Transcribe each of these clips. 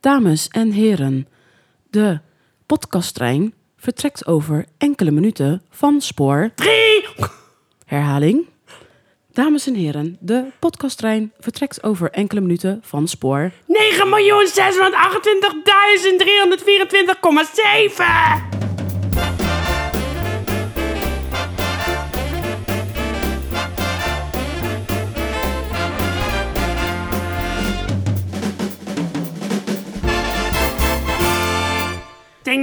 Dames en heren, de podcasttrein vertrekt over enkele minuten van spoor 3. Herhaling. Dames en heren, de podcasttrein vertrekt over enkele minuten van spoor 9.628.324,7! Ding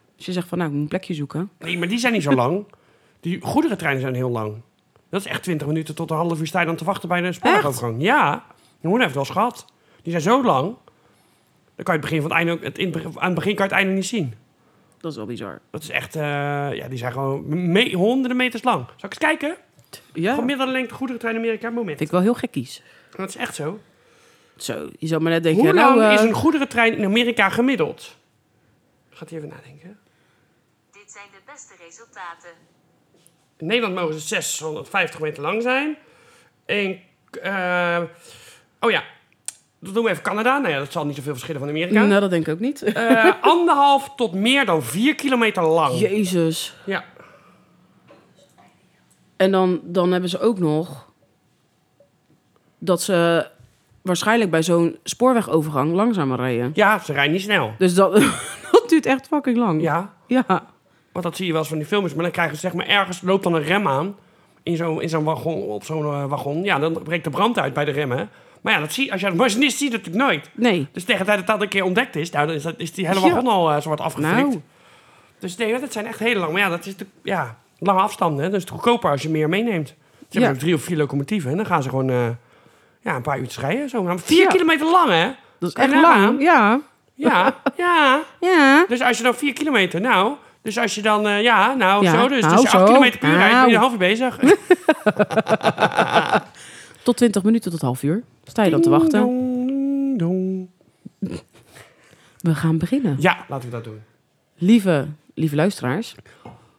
Als je zegt van nou, ik moet een plekje zoeken. Nee, maar die zijn niet zo lang. Die goederentreinen zijn heel lang. Dat is echt 20 minuten tot een half uur sta je dan te wachten bij de spoorwegovergang. Ja, Jeroen heeft wel eens gehad. Die zijn zo lang. Dan kan je het begin van het einde ook, het in, aan het begin kan je het einde niet zien. Dat is wel bizar. Dat is echt, eh, ja, die zijn gewoon me- honderden meters lang. Zal ik eens kijken? Ja. Vind Gemiddelde lengte goederentrein in Amerika, moment. ik wel heel gekkies. Dat is echt zo. Zo, je zou maar net denken. Hoe nou, lang eh, is een goederentrein in Amerika gemiddeld? Gaat hij even nadenken. Dit zijn de beste resultaten. In Nederland mogen ze 650 meter lang zijn. En, eh, oh ja, dat doen we even Canada. Nou ja, dat zal niet zoveel verschillen van Amerika. Nou, dat denk ik ook niet. Eh, anderhalf tot meer dan vier kilometer lang. Jezus. Ja. En dan, dan hebben ze ook nog dat ze waarschijnlijk bij zo'n spoorwegovergang langzamer rijden. ja, ze rijden niet snel. Dus dat, dat duurt echt fucking lang. Ja, Ja. want dat zie je wel eens van die films. Maar dan krijgen ze zeg maar ergens, loopt dan een rem aan. In zo'n in zo'n wagon, op zo'n eh, wagon. Ja, dan breekt de brand uit bij de remmen. Maar ja, dat zie, als je als machinist ziet, dat natuurlijk nooit. Nee. Dus tegen de tijd dat dat een keer ontdekt is, nou, dan is, dat, is die hele Ja. wagon al eh, zwart afgeflikt. Nou. Dus nee, dat zijn echt heel lang. Maar ja, dat is de, ja, lange afstanden. Hè? Dus het is goedkoper als je meer meeneemt. Ze hebben Ja. ook drie of vier locomotieven. En dan gaan ze gewoon eh, ja, een paar uurtjes rijden. Zo. Maar Vier Ja. kilometer lang, hè? Dat is Kan je echt nagaan? lang. Ja. Ja, ja. Ja. Dus als je dan vier kilometer, nou... Dus als je dan, eh, ja, nou, Ja, zo. Dus nou, als je acht zo. kilometer per uur rijdt, ben je Nou. een half uur bezig. Tot 20 minuten tot half uur. Sta je dan te wachten? Dong, dong. We gaan beginnen. Ja, laten we dat doen. Lieve, lieve luisteraars,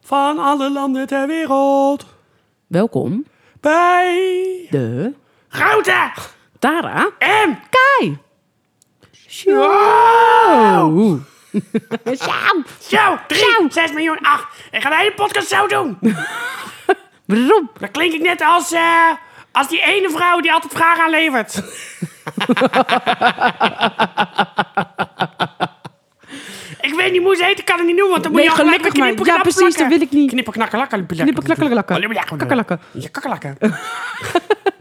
Van alle landen ter wereld, welkom bij... de Grote Tara M. Kai. Show. Wow! Show. Zo, 3, 6 miljoen, 8. Ik ga de hele podcast zo doen. Brom. Dan klink ik net als, eh, als die ene vrouw die altijd vragen aanlevert. ik weet niet hoe ze heet, ik kan het niet noemen, want dan moet Nee, je al gelijk gelukkig weer maar. knippen, Ja, knappen, precies, dat plakken. wil ik niet. Knippen, knakken, lakken. Oh, Knippen, knakken, lakken. Kakkelakken. Ja, kakkelakken.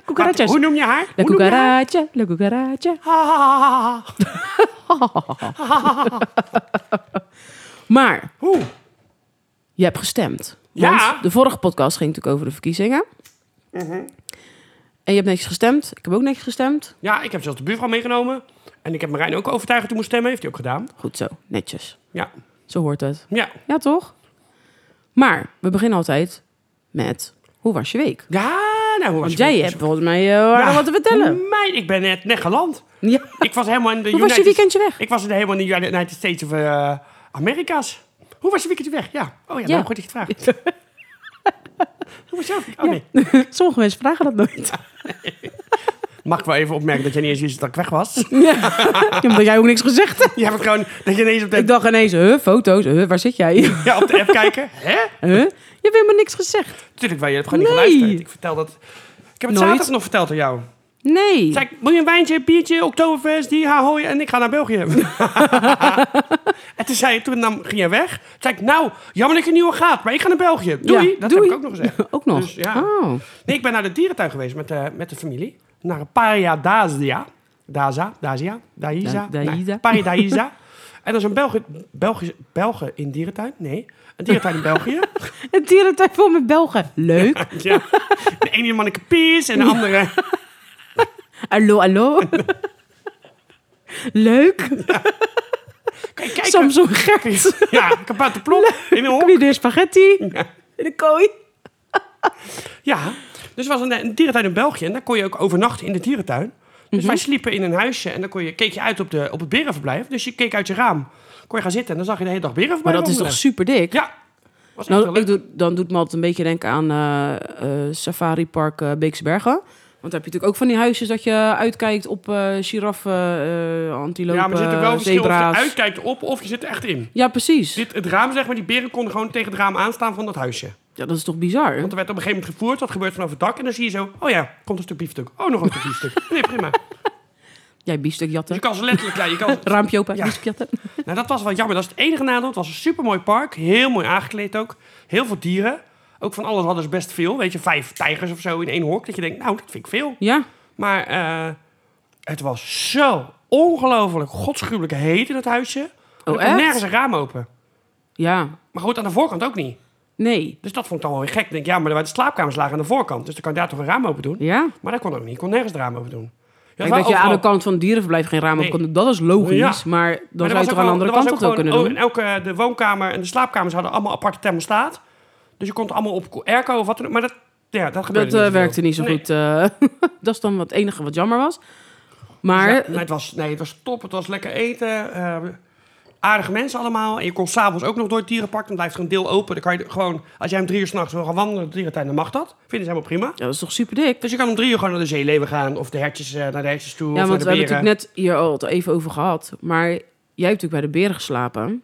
Cucarachas. Hoe noem je haar? La Hoe noem je haar? cucaracha, la cucaracha. Ha, ha, ha, ha, ha. Maar Hoe? je hebt gestemd. Want Ja. de vorige podcast ging natuurlijk over de verkiezingen. Mhm. En je hebt niks gestemd. Ik heb ook niks gestemd. Ja, ik heb zelfs de buurvrouw meegenomen. En ik heb Marijn ook overtuigd toen moest stemmen. Heeft hij ook gedaan. Goed zo, netjes. Ja. Zo hoort het. Ja. Ja, toch? Maar we beginnen altijd met... Hoe was je week? Ja, nou, hoe was Want je jij week? hebt volgens mij eh, aardig Ja, wat te vertellen. Nou, Mijn, ik ben net, net geland. Ja. Ik was helemaal in de Hoe was je weekendje weg? Ik was in de- helemaal in de United States of eh, Amerika's. Hoe was je weekendje weg? Ja. Oh ja, Ja. nou goed dat je het vraagt. Hoe was jouw weekend? Oh nee. Sommige mensen vragen dat nooit. Mag ik wel even opmerken dat jij niet eens wist dat ik weg was? Omdat jij ook niks gezegd hebt. je hebt het gewoon, dat je ineens op Ik de, dacht ineens, huh, foto's, huh, waar zit jij? Huh? ja, op de app kijken. Hè? Je hebt helemaal niks gezegd. Tuurlijk wel, je hebt gewoon niet Nee. geluisterd. Ik vertel dat... Ik heb het Nooit. zaterdag nog verteld aan jou. Nee. Zeg, wil je een wijntje, een biertje, Oktoberfest, die, hoi en ik ga naar België. en toen zei toen nam, ging hij weg. Toen zei ik, nou, jammer dat je nu al gaat, maar ik ga naar België. Doei, Ja, dat doei. heb ik ook nog gezegd. Ook nog? Dus, ja. Oh. Nee, ik ben naar de dierentuin geweest met, eh, met de familie. Naar een Paria Dazia. Daza, Dazia, Daisa. Da- Daïsa. Nee, Paria Daïsa. en dat is een Belge, Belgische, Belgen in dierentuin. Nee, een dierentuin in België. Een dierentuin vol met Belgen. Leuk. ja. De ene manneke Pies en de andere... Allo, allo. Leuk. Kan je kijken? Samsung Gert. Ja, kapotte plop in een hok. Heb je de spaghetti? In de kooi? Ja, dus er was een, een dierentuin in België en daar kon je ook overnachten in de dierentuin. Dus Mhm. wij sliepen in een huisje en dan kon je, keek je uit op, de, op het berenverblijf. Dus je keek uit je raam, kon je gaan zitten en dan zag je de hele dag beren Maar voorbij dat is toch wandelen. super dik? Ja, was echt wel Nou, leuk. ik doe, dan doet me altijd een beetje denken aan eh, eh, Safari Park eh Beekse Bergen. Want daar heb je natuurlijk ook van die huisjes dat je uitkijkt op eh giraffen, eh antilopen, Ja, maar er zit ook wel een verschil of je zebra's. uitkijkt op of je zit er echt in. Ja, precies. Dit, het raam, zeg maar, die beren konden gewoon tegen het raam aanstaan van dat huisje. Ja, dat is toch bizar? Want er werd op een gegeven moment gevoerd, dat gebeurt vanaf het dak. En dan zie je zo, oh ja, komt een stuk biefstuk. Oh, nog een stuk biefstuk. Nee, prima. Jij biefstuk Dus jatten. je kan ze letterlijk, ja, je kan ze- Raampje open, Ja. biefstuk jatten. Nou, dat was wel jammer. Dat is het enige nadeel. Het was een supermooi park. Heel mooi aangekleed ook. Heel veel dieren. Ook van alles hadden ze best veel. Weet je, vijf tijgers of zo in één hok. Dat je denkt, nou, dat vind ik veel. Ja, Maar eh, het was zo ongelooflijk godschuwelijk heet in dat huisje. Oh, er kon echt? nergens een raam open. ja, Maar goed, aan de voorkant ook niet. nee. Dus dat vond ik dan wel weer gek. Ik denk, ja, maar de slaapkamers lagen aan de voorkant. Dus dan kan je daar toch een raam open doen. Ja? Maar dat kon ook niet. Je kon nergens het raam open doen. Ja, Kijk, dat het was je aan overal- de kant van het dierenverblijf geen raam op Nee. kon doen, dat is logisch. Ja. Maar dan Maar er zou was je toch aan ook de wel- andere er was kant ook dat wel gewoon- oh, kunnen doen? ook- en elke, eh, de woonkamer en de slaapkamers hadden allemaal aparte thermostaat. Dus je kon het allemaal op airco of wat dan ook. Maar dat, ja, dat gebeurde Dat eh, zoveel. werkte niet zo Nee. goed. eh. dat is dan wat- het enige wat jammer was. Maar Ja, maar het was, nee, het was top. Het was lekker eten. eh, aardige mensen allemaal. En je kon s'avonds ook nog door het dierenpark. Dan blijft er een deel open. Dan kan je gewoon, als jij om drie uur s'nachts wil gaan wandelen, de dierentuin, dan mag dat. Vinden ze helemaal prima. ja, dat is toch super dik? Dus je kan om drie uur gewoon naar de zeeleeuwen gaan. Of de hertjes, eh, naar de hertjes toe. Ja, of want we naar de hebben beren. het natuurlijk net hier al het even over gehad. Maar jij hebt natuurlijk bij de beren geslapen.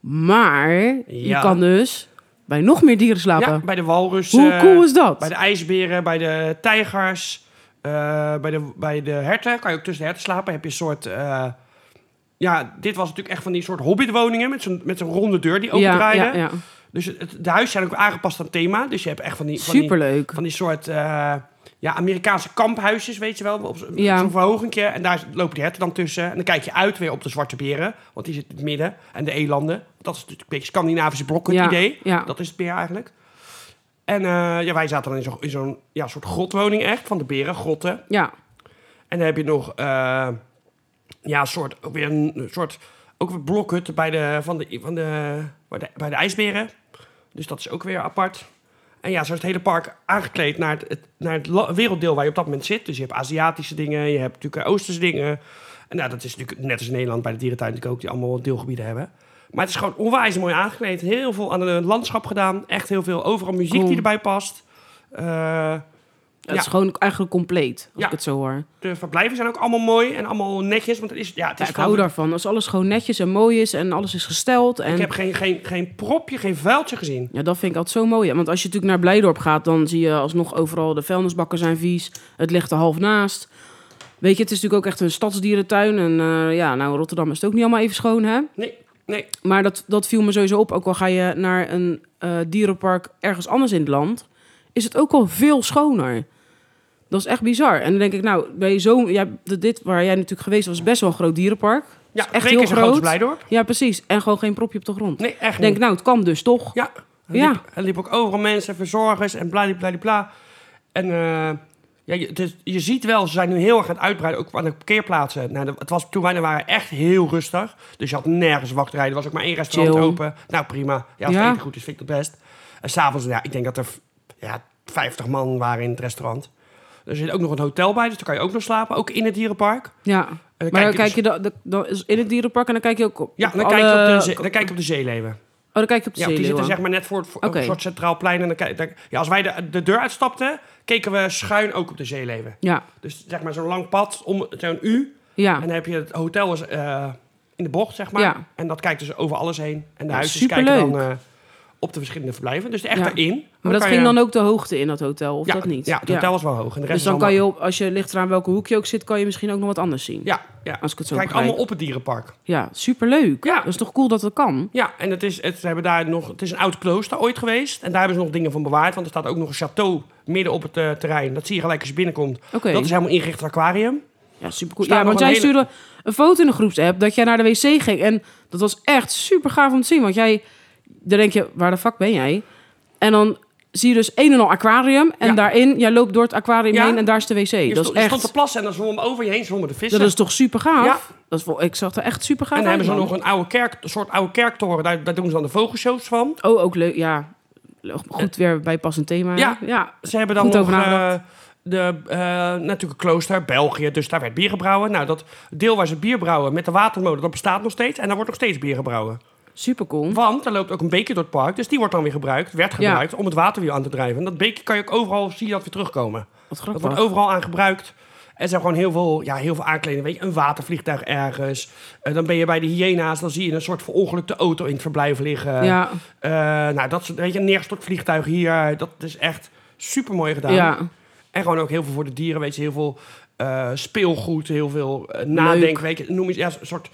Maar je Ja. kan dus bij nog meer dieren slapen. Ja, bij de eh, walrussen. Hoe cool is dat? Bij de ijsberen, bij de tijgers, eh, bij, de, bij de herten. Kan je ook tussen de herten slapen. Heb je een soort... eh, ja, dit was natuurlijk echt van die soort hobbitwoningen met zo'n, met zo'n ronde deur ja, die opendraaide. ja, ja. Dus het, de huizen zijn ook aangepast aan het thema. Dus je hebt echt van die, van die, Superleuk. van die soort eh, ja, Amerikaanse kamphuisjes, weet je wel. Op zo'n Ja. zo'n verhogentje. En daar lopen de herten dan tussen. En dan kijk je uit weer op de zwarte beren. Want die zitten in het midden. En de elanden. Dat is natuurlijk een beetje Scandinavische blokken Ja, idee. ja. Dat is het meer eigenlijk. En eh, ja, wij zaten dan in zo'n in zo'n, ja, soort grotwoning echt. Van de beren, grotten. Ja, En dan heb je nog eh, ja, een soort, ook weer een een soort ook weer blokhut bij de, van de, van de, bij de, bij de ijsberen. Dus dat is ook weer apart. En ja, zo is het hele park aangekleed naar het, het- naar het la- werelddeel waar je op dat moment zit. Dus je hebt Aziatische dingen, je hebt natuurlijk eh, Oosterse dingen. En nou, dat is natuurlijk net als in Nederland bij de dierentuin natuurlijk ook, die allemaal deelgebieden hebben. Maar het is gewoon onwijs mooi aangekleed. Heel veel aan het landschap gedaan. Echt heel veel. Overal muziek Cool. die erbij past. Eh, het Ja. is gewoon eigenlijk compleet, als Ja. ik het zo hoor. de verblijven zijn ook allemaal mooi en allemaal netjes. Want het is, ja, het Ja, is ik gewoon- hou daarvan. Als alles gewoon netjes en mooi is en alles is gesteld. En... Ik heb geen, geen, geen propje, geen vuiltje gezien. Ja, dat vind ik altijd zo mooi. hè. Want als je natuurlijk naar Blijdorp gaat, dan zie je alsnog overal de vuilnisbakken zijn vies. Het ligt er half naast. Weet je, het is natuurlijk ook echt een stadsdierentuin. En eh, ja, nou, Rotterdam is het ook niet allemaal even schoon, hè? Nee, nee. Maar dat, dat viel me sowieso op. Ook al ga je naar een eh, dierenpark ergens anders in het land, is het ook al veel schoner. Dat is echt bizar. En dan denk ik, nou, bij zo, ja, de- dit waar jij natuurlijk geweest was, is best wel een groot dierenpark. Ja, echt echt heel keer zo groot als groot. Blijdorp. Ja, precies. En gewoon geen propje op de grond. Nee, echt Ik denk, niet. nou, het kan dus toch? Ja. Er Ja. liep- er liepen ook overal mensen, verzorgers en bladibladibla. En eh, ja, je, het is- je ziet wel, ze zijn nu heel erg aan het uitbreiden, ook aan de parkeerplaatsen. Nou, de- het was, toen wij er waren echt heel rustig. Dus je had nergens wachtrijen. Er was ook maar één restaurant Chill. open. Nou, prima. Ja, als Ja. het eten goed is, vind ik dat best. En s'avonds, ja, ik denk dat er ja, 50 man waren in het restaurant. Er zit ook nog een hotel bij, dus daar kan je ook nog slapen. Ook in het dierenpark. Ja. En dan Maar dan kijk kijk je dus je da- da- dan is in het dierenpark en dan kijk je ook op. Ja, op dan, alle- kijk je op de, ze- dan kijk je op de zeeleeuwen. Oh, dan kijk je op de Ja, die zitten zeeleeuwen. zeg maar net voor, het- voor op Oké. een soort centraal plein. En dan kijk, dan- ja, als wij de, de deur uitstapten, keken we schuin ook op de zeeleeuwen. Ja, Dus zeg maar zo'n lang pad, om zo'n U. ja. En dan heb je het hotel is, eh, in de bocht, zeg maar. Ja. En dat kijkt dus over alles heen. En de Ja, huisjes superleuk. kijken dan eh, op de verschillende verblijven. Dus echt Ja. daarin. maar dat kan ging je- dan ook de hoogte in dat hotel, of ja, dat niet? Ja, het hotel was wel hoog. En de rest Dus is dan kan allemaal- je, op, als je ligt eraan welke hoek je ook zit, kan je misschien ook nog wat anders zien. Ja, ja. Als ik het zo Kijk begrijp. allemaal op het dierenpark. Ja, superleuk. Ja. Dat is toch cool dat dat kan? Ja, en het is, het, ze hebben daar nog, het is een oud klooster ooit geweest. En daar hebben ze nog dingen van bewaard. Want er staat ook nog een château midden op het eh, terrein. Dat zie je gelijk als je binnenkomt. Oké. Dat is helemaal ingericht aquarium. Ja, supercool. Staat Ja, want nog jij een hele- stuurde een foto in de groepsapp dat jij naar de wc ging. En dat was echt super gaaf om te zien. Want jij, dan denk je, waar de fuck ben jij? En dan zie je dus een en al aquarium. En Ja. daarin, jij loopt door het aquarium Ja. heen en daar is de wc. Je dat is stond, je stond te echt... plassen en dan zwommen over je heen zwommen de vissen. Dat is toch super gaaf? Ja. Dat is, wel- ik zag er echt super gaaf en dan uit, hebben ze man. nog een, oude kerk, een soort oude kerktoren. Daar, daar doen ze dan de vogelshows van. Oh, ook leuk. Ja, goed weer bij passend thema. Eh. Ja. ja. Ze hebben dan Goed nog over nagedacht. eh, de, eh, natuurlijk een klooster, België. Dus daar werd bier gebrouwen. Nou, dat deel waar ze bier brouwen met de watermolen, dat bestaat nog steeds. En daar wordt nog steeds bier gebrouwen. super cool. Want er loopt ook een beekje door het park. Dus die wordt dan weer gebruikt, werd gebruikt, om het waterwiel aan te drijven. En dat beekje kan je ook overal, zie je dat weer terugkomen. Wat Dat grappig. wordt overal aan gebruikt. Er zijn gewoon heel veel, ja, heel veel aankleding. Weet je, een watervliegtuig ergens. Eh, dan ben je bij de hyena's, dan zie je een soort verongelukte auto in het verblijf liggen. ja, Eh, nou, dat soort, weet je, een neergestort vliegtuig hier. Dat is echt super mooi gedaan. ja. En gewoon ook heel veel voor de dieren, weet je, heel veel eh, speelgoed, heel veel eh, nadenken. Weet je, noem eens ja, een soort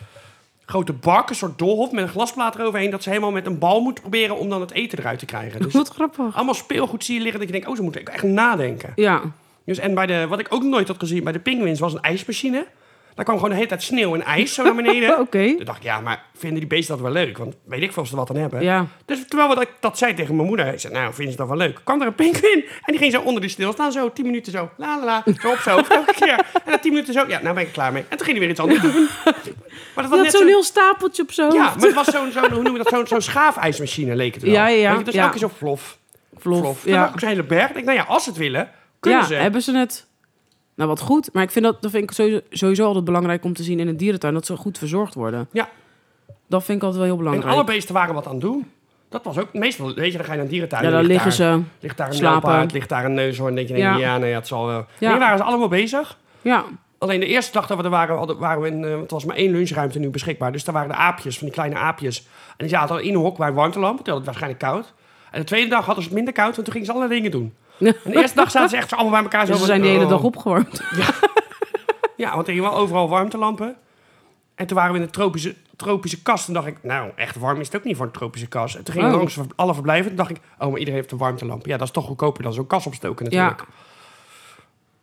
grote bak, een soort doolhof met een glasplaat eroverheen. Dat ze helemaal met een bal moeten proberen om dan het eten eruit te krijgen. Dus Wat grappig. allemaal speelgoed zie je liggen dat je denkt, oh, ze moeten echt nadenken. Ja, Dus en bij de, wat ik ook nooit had gezien bij de pinguïns was een ijsmachine. Daar kwam gewoon de hele tijd sneeuw en ijs zo naar beneden. Oh, oké. Toen dacht ik, ja, maar vinden die beesten dat wel leuk? Want weet ik veel of ze er wat aan hebben. Ja. Dus terwijl dat ik dat zei tegen mijn moeder, ik zei, nou, vinden ze dat wel leuk? Kwam er een pinguïn en die ging zo onder die stil staan, zo tien minuten zo, la la la, zo op zo, elke keer. En na tien minuten zo, ja, nou ben ik er klaar mee. En toen ging hij weer iets anders doen. Maar dat Je was had net zo'n zo... heel stapeltje op zo. Ja, maar het was zo'n, zo'n, hoe noemen we dat, zo'n, zo'n schaafijsmachine leek het wel. Ja, ja, ja. Weet je, dus Ja. elke keer zo flof, flof. Toen Ja, lag ik zo'n hele berg. Ik denk, nou ja, als ze het willen, kunnen Ja, ze. hebben ze het. Nou, wat goed. Maar ik vind dat, dat vind ik sowieso, sowieso altijd belangrijk om te zien in een dierentuin. Dat ze goed verzorgd worden. Ja. Dat vind ik altijd wel heel En belangrijk. alle beesten waren wat aan het doen. Dat was ook meestal, weet je, dan ga je naar een dierentuin. ja, en daar ligt liggen daar- ze. Ligt daar een slapen. slaappaard, ligt daar een neushoorn. denk je, nee, Ja. ja, nee, het zal wel. Ja. Nee, waren ze allemaal bezig. Ja. Alleen de eerste dag dat we er waren, hadden- waren we in, eh, het was maar één lunchruimte nu beschikbaar. Dus daar waren de aapjes, van die kleine aapjes. En die zaten al in een hok bij een warmtelamp. Toen had het waarschijnlijk koud. En de tweede dag hadden ze het minder koud, want toen gingen ze alle dingen doen. En de eerste dag zaten ze echt zo allemaal bij elkaar. zo Dus ze van, zijn de hele oh. dag opgewarmd. Ja, want er gingen wel overal warmtelampen. En toen waren we in de tropische, tropische kast. En dacht ik, nou, echt warm is het ook niet voor een tropische kast. En toen gingen we Oh. langs ver- alle verblijven. Toen dacht ik, oh, maar iedereen heeft een warmtelamp. Ja, dat is toch goedkoper dan zo'n kast opstoken Ja. natuurlijk.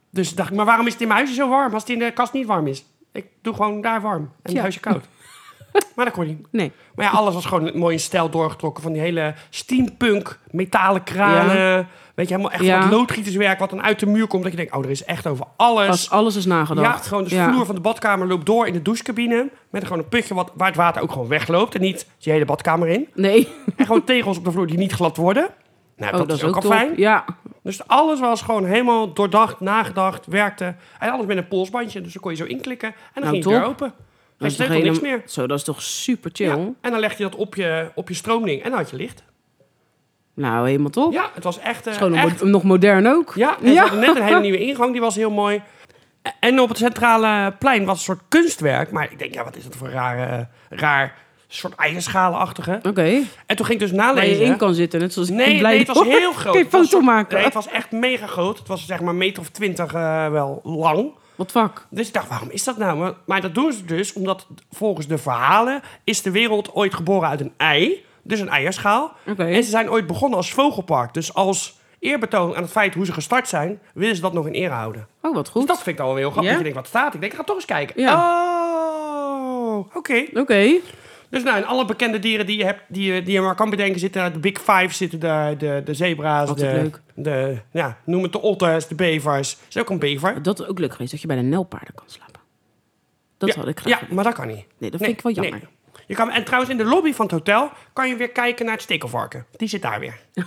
Dus dacht ik, maar waarom is het in mijn huisje zo warm als het in de kast niet warm is? Ik doe gewoon daar warm en het Ja. huisje koud. maar dat kon niet. Nee. Maar ja, alles was gewoon mooi in stijl doorgetrokken. Van die hele steampunk, metalen kranen. Weet je, helemaal echt Ja. wat loodgieterswerk wat dan uit de muur komt. Dat je denkt, oh, er is echt over alles. Pas alles is nagedacht. Ja, gewoon de vloer van de badkamer loopt door in de douchecabine. Met gewoon een putje wat, waar het water ook gewoon wegloopt. En niet je hele badkamer in. Nee. En gewoon tegels op de vloer die niet glad worden. Nou, Oh, dat, is ook, al top. fijn. Ja. Dus alles was gewoon helemaal doordacht, nagedacht, werkte. En alles met een polsbandje. Dus dan kon je zo inklikken. En dan Nou, ging je deur top. open. Dat Dan is toch sleutelde niks helemaal- meer. Zo, dat is toch super chill? Ja. En dan legde je dat op je, op je stroomding. En dan had je licht. Nou, helemaal top. Ja, het was echt... eh, Schoon nog, echt mo- nog modern ook. ja, en ze hadden net een hele nieuwe ingang. Die was heel mooi. En op het centrale plein was een soort kunstwerk. Maar ik denk, ja, wat is dat voor rare, raar soort eierschalenachtige. Oké. En toen ging ik dus Waar je nalezen. in kan zitten. Net zoals Nee, ik blij nee, het was hoor. heel groot. Kun je Het was foto soort- maken? Nee, het was echt mega groot. Het was zeg maar een meter of twintig eh, wel lang. Wat fuck? Dus ik dacht, waarom is dat nou? Maar, maar dat doen ze dus omdat volgens de verhalen is de wereld ooit geboren uit een ei. Dus een eierschaal. Oké. En ze zijn ooit begonnen als vogelpark. Dus als eerbetoon aan het feit hoe ze gestart zijn, willen ze dat nog in ere houden. Oh, wat Dus goed. dat vind ik dan wel heel grappig. Ja? Ik denk, wat staat? Ik denk, ik ga toch eens kijken. Ja. Oh, oké. Oké. Dus nou, en alle bekende dieren die je, hebt, die, je- die je maar kan bedenken zitten. daar. De Big Five zitten daar, de, de zebra's, Altijd de, leuk. de, ja, noem het de otters, de bevers. Er is ook een bever. Dat is ook leuk geweest, dat je bij de nelpaarden kan slapen. Dat ja, had ik graag. Ja, willen. maar dat kan niet. Nee, dat vind ik wel jammer. Je kan, en trouwens, in de lobby van het hotel kan je weer kijken naar het stekelvarken. Die zit daar weer. die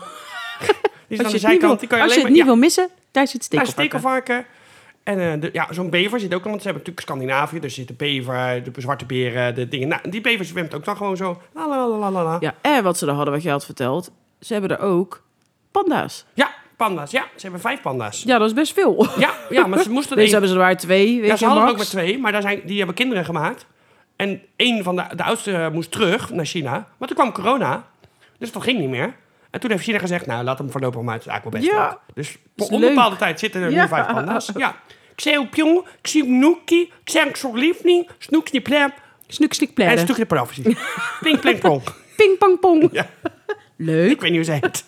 Als zit aan de je het niet, wil, zijkant. Die kan je als alleen je het maar... niet ja, wil missen, daar zit stekelvarken. daar is stekelvarken. En eh, de- ja, zo'n bever zit ook al, want ze hebben natuurlijk Scandinavië. Dus zit de bever, de zwarte beren, de dingen. Nou, die bever zwemt ook dan gewoon zo. La, la, la, la, la, la. Ja, en wat ze daar hadden, wat je had verteld, ze hebben er ook panda's. Ja, panda's. Ja, ze hebben vijf panda's. Ja, dat is best veel. Ja, ja maar ze moesten... Deze één- hebben ze er maar twee, weet ja, je ze hadden er ook Max? maar twee, maar daar zijn, die hebben kinderen gemaakt. En één van de, de oudste moest terug naar China. Maar toen kwam corona, dus dat ging niet meer. En toen heeft China gezegd, nou, laat hem voorlopig maar, het is eigenlijk wel best Ja. leuk. Dus Is op onbepaalde leuk. tijd zitten er Ja. nu vijf panda's. Ja. Xeopjong, Ximnuki, Xangsorliefning, Snoeksni Plem Snuk, slik, en pledder. Stukje de Parafisi. Pling, pling, plong. Ping, pang, pong. Ja. Leuk. Ik weet niet hoe ze heet.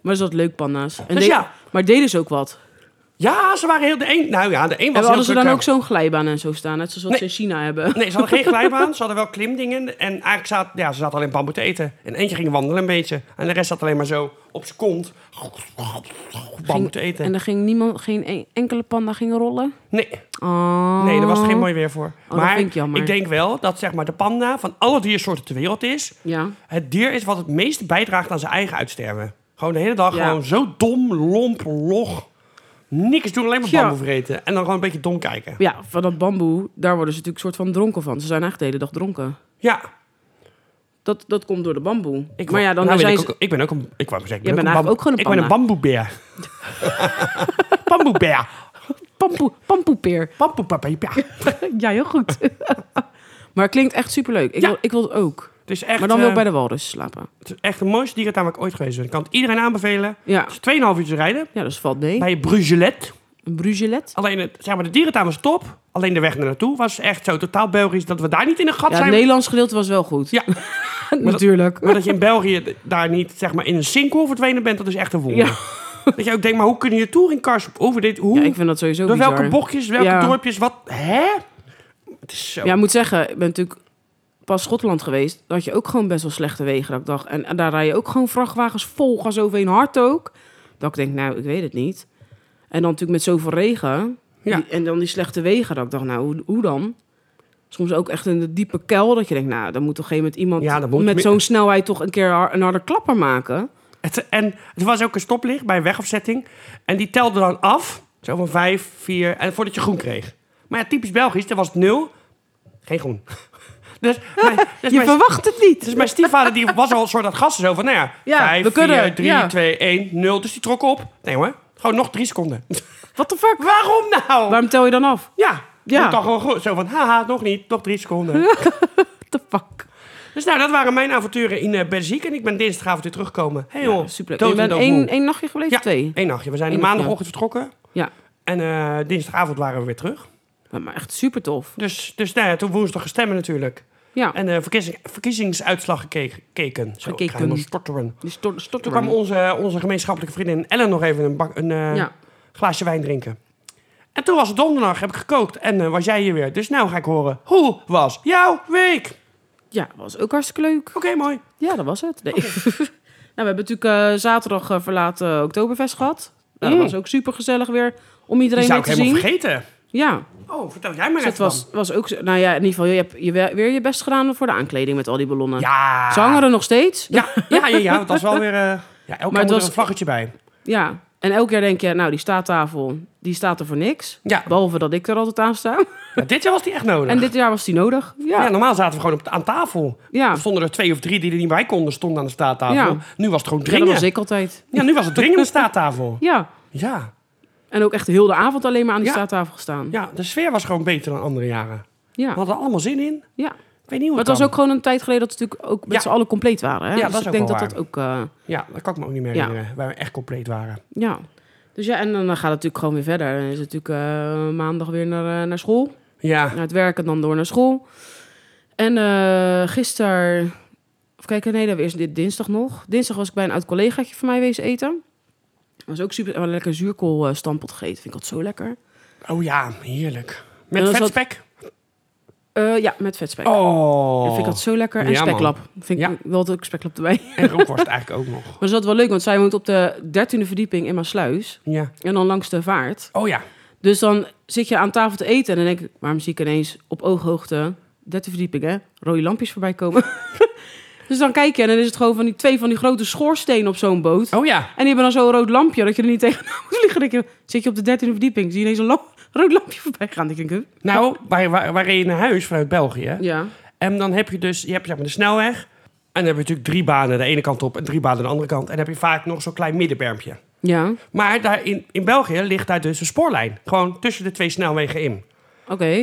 Maar is dat leuk, panda's? En Dus de- ja. Maar deden ze ook wat? Ja, ze waren heel... De een, nou ja, de een was En heel hadden ze druk dan aan- ook zo'n glijbaan en zo staan, net zoals wat Nee. ze in China hebben? Nee, ze hadden geen glijbaan. Ze hadden wel klimdingen. En eigenlijk zaten... Ja, ze zaten alleen bamboe te eten. En eentje ging wandelen een beetje. En de rest zat alleen maar zo op zijn kont. Bamboe te En eten. er ging niemand, geen en- enkele panda ging rollen? Nee. Oh. Nee, daar was geen mooi weer voor. dat maar vind ik jammer. denk wel dat zeg maar, de panda van alle diersoorten ter wereld is. Ja. Het dier is wat het meest bijdraagt aan zijn eigen uitsterven. Gewoon de hele dag Ja. gewoon zo dom, lomp, log. Niks doen, alleen maar Tja. bamboe vreten. En dan gewoon een beetje dom kijken. Ja, van dat bamboe, daar worden ze natuurlijk soort van dronken van. Ze zijn echt de hele dag dronken. Ja. Dat, dat komt door de bamboe. Ik, maar ja, dan nou ben zijn ik, ze... ook, ik ben ook een... Ik wou maar zeggen, Jij ik ben bent eigenlijk ook ook een gewoon een Ik ben een bamboebeer. bamboebeer. Pampoe, pampoepeer. Bamboebeer. ja, heel goed. maar het klinkt echt superleuk. Ik, Ja. wil, ik wil het ook. Het is echt, Maar dan wil ik eh, bij de walrus slapen. het is echt de mooiste dierentuin waar ik ooit geweest ben. Ik kan het iedereen aanbevelen. Ja, Het is 2,5 uur te rijden. ja dat valt mee. Bij Brugelet. Een brugelet. Alleen, het, zeg maar, de dierentuin was top. Alleen de weg naar naartoe was echt zo totaal Belgisch dat we daar niet in een gat Ja, het zijn. Nederlands gedeelte was wel goed. Ja. natuurlijk. Maar dat je in België daar niet zeg maar, in een sinkhole verdwenen bent, dat is echt een wonder. Ja. Dat je ook denkt, maar hoe kunnen je touringcars op over dit? Hoe? Ja, ik vind dat sowieso Door bizar. welke bochtjes, welke Ja. dorpjes, wat? Hè? Het is zo. Ja, ik moet zeggen, ik ben natuurlijk pas Schotland geweest. Dat je ook gewoon best wel slechte wegen dat ik dacht. En, en daar rij je ook gewoon vrachtwagens vol gas overheen, hard ook. Dat ik denk, nou, ik weet het niet. En dan natuurlijk met zoveel regen. Ja. Die- en dan die slechte wegen, dat ik dacht, nou, hoe, hoe dan? Soms ook echt een diepe kuil, dat je denkt, nou, dan moet toch op een gegeven moment Ja, iemand dan moet met mi- zo'n snelheid toch een keer har- een harde klapper maken. Het, en er was ook een stoplicht bij een wegafzetting. En die telde dan af. Zo van vijf, vier. En voordat je groen kreeg. Maar ja, typisch Belgisch. Er was het nul. Geen groen. Dus, mijn, dus, Je mijn, verwacht het niet. dus mijn stiefvader die was al een soort aan het gassen. Zo van, nou ja, Ja, vijf, we kunnen, vier, drie, ja. twee, één, nul. Dus die trok op. Nee hoor, gewoon nog drie seconden. What the fuck? Waarom nou? Waarom tel je dan af? Ja, Ja. ja. Moet dan gewoon goed. Zo van, haha, nog niet. Nog drie seconden. What the fuck? dus nou, dat waren mijn avonturen in eh, België. En ik ben dinsdagavond weer teruggekomen. Heel Ja, superleuk. En Je bent één, één nachtje gebleven? ja, Twee? één nachtje. We zijn Eén nachtje. maandagochtend vertrokken. Ja. En eh, dinsdagavond waren we weer terug. Maar maar echt super tof. Dus, dus nou ja, toen woensdag gestemmen natuurlijk. Ja. En eh verkiezing, verkiezingsuitslag gekeken. gekeken. Zo, ik ga Gekeken. helemaal stotteren. Die stort, stort Toen kwam onze, onze gemeenschappelijke vriendin Ellen nog even een, bak, een eh, Ja. glaasje wijn drinken. En toen was het donderdag, heb ik gekookt en eh, was jij hier weer. Dus nou ga ik horen, hoe was jouw week? Oké, ja, was ook hartstikke leuk. mooi. Ja, dat was het. Nee. nou, we hebben natuurlijk eh, zaterdag eh, verlaten Oktoberfest gehad. Nou, Mm. dat was ook super gezellig weer om Die iedereen zou weer ik te helemaal zien. vergeten. Ja, Oh, vertel jij maar dus het even was, was ook... zo- Nou ja, in ieder geval, je hebt je we- weer je best gedaan voor de aankleding met al die ballonnen. dan. Ja. Ze hangen er nog steeds. Ja, ja, ja, ja, want dat is wel weer... eh, ja, elke keer het moet was- er een vlaggetje bij. Ja. En elk jaar denk je, nou, die staattafel, die staat er voor niks. Ja. Behalve dat ik er altijd aan sta. Ja, dit jaar was die echt nodig. En dit jaar was die nodig. ja. Ja. normaal zaten we gewoon op, aan tafel. Ja. Er stonden er twee of drie die er niet bij konden, stonden aan de staattafel. Ja. Nu was het gewoon ja, dat dringend. Ja, was ik altijd. nu was het dringend aan de staattafel. Ja. Ja. En ook echt heel de avond alleen maar aan die Ja. staattafel gestaan. ja, de sfeer was gewoon beter dan andere jaren. We Ja. hadden er allemaal zin in. ja. Ik weet niet hoe Maar het was het kan. ook gewoon een tijd geleden dat ze natuurlijk ook met Ja. z'n allen compleet waren. Hè? Ja, dus dat is ik ook denk wel dat dat ook... eh, Ja, dat kan ik me ook niet meer Ja. herinneren. Waar we echt compleet waren. ja. Dus ja, en dan gaat het natuurlijk gewoon weer verder. Dan is het natuurlijk eh, maandag weer naar, eh, naar school. Ja. Naar het werken, dan door naar school. En eh gisteren... Of kijk, nee, dat was eerst dit dinsdag nog. Dinsdag was ik bij een oud collegaatje van mij wezen eten. Dat was ook super... We hadden lekker zuurkool eh, stampot gegeten. Vind ik altijd zo lekker. Oh ja, heerlijk. En Met dan zat- vetspek. Eh, ja, met vetspek. Oh. Dat vind ik altijd zo lekker. En Ja, man. speklap. Vind ik Ja. wel dat ik speklap erbij. En rookworst eigenlijk ook nog. Maar dat is wel leuk, want zij woont op de dertiende verdieping in Maasluis. Ja. En dan langs de vaart. Oh ja. Dus dan zit je aan tafel te eten en dan denk ik... waarom zie ik ineens op ooghoogte, 30 verdieping hè, rode lampjes voorbij komen. dus dan kijk je en dan is het gewoon van die twee van die grote schoorstenen op zo'n boot. Oh ja. En die hebben dan zo'n rood lampje dat je er niet tegenaan moet liggen. Dan denk je, zit je op de dertiende verdieping, zie je ineens een lamp- rood lampje voorbij gaan. Dan denk ik, huh? Nou, wij, wij, wij reden naar huis vanuit België. ja. En dan heb je dus, je hebt zeg maar de snelweg. En dan heb je natuurlijk drie banen de ene kant op en drie banen de andere kant. En dan heb je vaak nog zo'n klein middenbermpje. Ja, oké. Maar daar in, in België ligt daar dus een spoorlijn. Gewoon tussen de twee snelwegen in.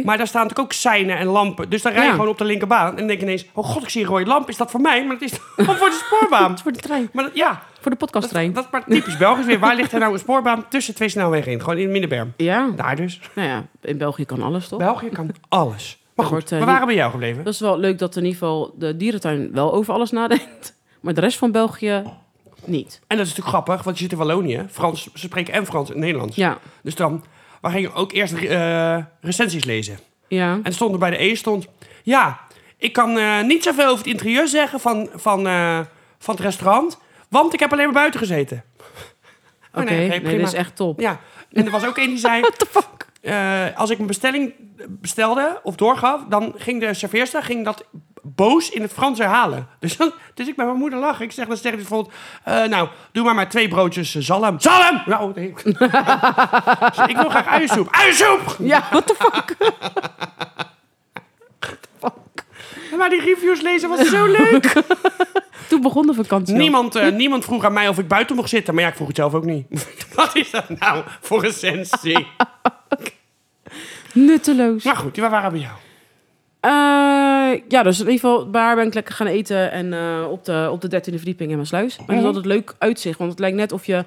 Maar daar staan natuurlijk ook seinen en lampen. Dus dan rij je Ja. gewoon op de linkerbaan. En dan denk je ineens, oh god, ik zie een rode lamp. Is dat voor mij? Maar dat is gewoon voor de spoorbaan. Dat is voor de trein, Maar dat, ja, voor de dat, podcasttrein. dat is maar typisch Belgisch weer. Waar ligt er nou een spoorbaan tussen twee snelwegen in? Gewoon in Middenberm. Ja, Daar dus. nou ja, in België kan alles toch? België kan alles. Maar Er wordt, goed, eh, we waren bij jou gebleven. Dat is wel leuk dat in ieder geval de dierentuin wel over alles nadenkt. Maar de rest van België niet. En dat is natuurlijk grappig, want je zit in Wallonië. Frans, ze spreken en Frans en Nederlands. Ja. Dus dan, we gingen ook eerst eh, recensies lezen. Ja. En stond er bij de E stond... Ja, ik kan eh, niet zoveel over het interieur zeggen van, van, eh, van het restaurant... want ik heb alleen maar buiten gezeten. Oh, Oké, nee, dit is echt top. Ja, en er was ook een die zei... What the fuck? eh, als ik mijn bestelling bestelde of doorgaf... dan ging de serveerster ging dat boos in het Frans herhalen. Dus, dan- dus ik bij mijn moeder lach. Ik zeg dan tegen die bijvoorbeeld... eh, nou, doe maar maar twee broodjes eh, zalm. Zalm! Nou, nee. Dus ik wil graag uiensoep. Uiensoep! Ja, what the fuck? Maar die reviews lezen was zo leuk. Toen begon de vakantie. al. Niemand, eh, niemand vroeg aan mij of ik buiten mocht zitten. Maar ja, ik vroeg het zelf ook niet. Wat is dat nou voor een sensie? Nutteloos. maar goed, waar waren we bij jou? Eh, ja, dus in ieder geval, bij haar ben ik lekker gaan eten en eh, op, de, op de 13e verdieping in mijn sluis. Maar Mhm. dat is altijd leuk uitzicht, want het lijkt net of je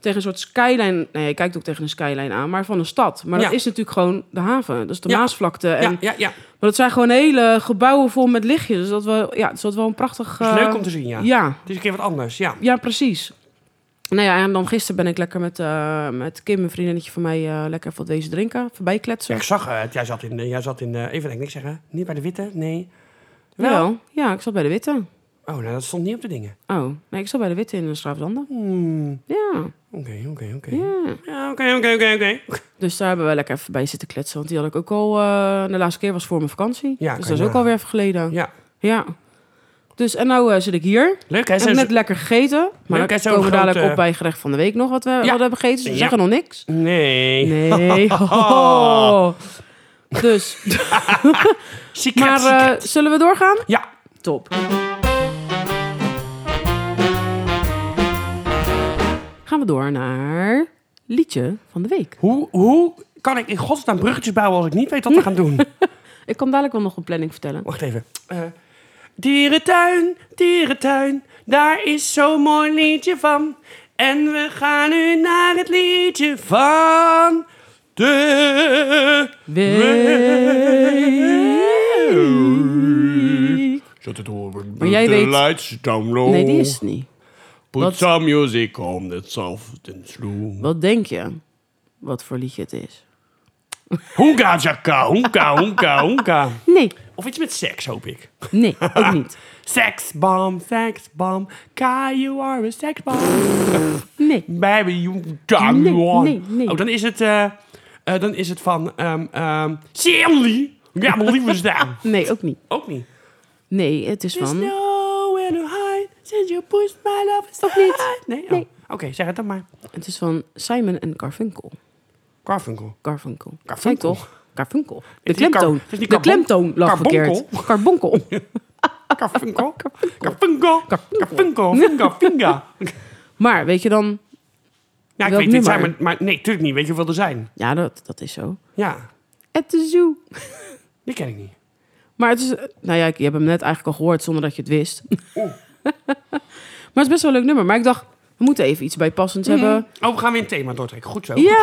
tegen een soort skyline... Nee, je kijkt ook tegen een skyline aan, maar van een stad. Maar dat Ja. is natuurlijk gewoon de haven, dus de Ja. Maasvlakte. En, ja, ja, ja. Maar dat zijn gewoon hele gebouwen vol met lichtjes. Dus dat wel, ja, dus dat wel een prachtig... Dat is eh, leuk om te zien, ja. Ja, Het is een keer wat anders, ja. ja, precies. Nou ja, en dan gisteren ben ik lekker met, eh, met Kim, een vriendinnetje van mij, eh, lekker even wat deze drinken, voorbij kletsen. Ja, ik zag eh, het. Jij zat in, de- jij zat in eh, even denk ik niks zeggen. Niet bij de witte, nee. Jawel. Ja, ik zat bij de Witte. Oh, nou, dat stond niet op de dingen. Oh, nee, ik zat bij de Witte in de Straaflanden. Hmm, Ja, Oké, oké, oké. ja. Ja, Oké, oké, oké, oké. Dus daar hebben we lekker even bij zitten kletsen. Want die had ik ook al... eh, de laatste keer was voor mijn vakantie. Ja, dus kan dat je is ook nagaan. alweer even geleden. Ja. Ja, Dus, en nou eh, zit ik hier. leuk hè? en Zijn net ze- lekker gegeten. Maar Leuk, dan hè, zo'n komen we dadelijk grote- op bij gerecht van de week nog wat we wat we hebben gegeten. Ze Ja. zeggen nog niks. Nee. Nee. Oh. Dus, Secret, maar eh, secret. zullen we doorgaan? Ja, Top. Gaan we door naar liedje van de week. hoe, hoe kan ik in godsnaam bruggetjes bouwen als ik niet weet wat we gaan doen? Ik kan dadelijk wel nog een planning vertellen. Wacht even. Eh, dierentuin, dierentuin, daar is zo'n mooi liedje van. En we gaan nu naar het liedje van de Week. Zet het over. Maar jij weet- lights down low. Nee, die is het niet. Put wat- some music on that soft and slow. Wat denk je? Wat voor liedje het is? Honka, jaka, honka, honka, honka. Nee, Of iets met seks, hoop ik. nee, ook niet. Seksbom, seksbom. Kai, you are a seksbom. Nee. Baby, you done Nee, one. nee, nee. Oh, dan is het, eh, eh, dan is het van... ehm ehm Sally. Ja, mijn lieve staan. Nee, ook niet. Ook niet. Nee, het is There's van... nowhere to hide since you pushed my love Toch niet? Nee? Oh. Nee. Oké, zeg het dan maar. Het is van Simon en Garfunkel. Garfunkel. Garfunkel. Kijk Garfunkel. toch? Garfunkel. De is niet klemtoon. kar- het is niet De karbon- klemtoon lag karbonkel. verkeerd. Karbonkel. Garfunkel. Garfunkel. Garfunkel. Finga, finga. Maar weet je dan... Ja, ik Welk weet niet, zijn, nummer? maar, maar nee, natuurlijk niet. Weet je hoeveel er zijn? Ja, dat, dat is zo. Ja, At the zoo. die ken ik niet. Maar het is... Nou ja, ik- je hebt hem net eigenlijk al gehoord zonder dat je het wist. maar het is best wel een leuk nummer. Maar ik dacht, we moeten even iets bijpassends hebben. Oh, we gaan weer een thema doortrekken. Goed zo. Ja. Ah.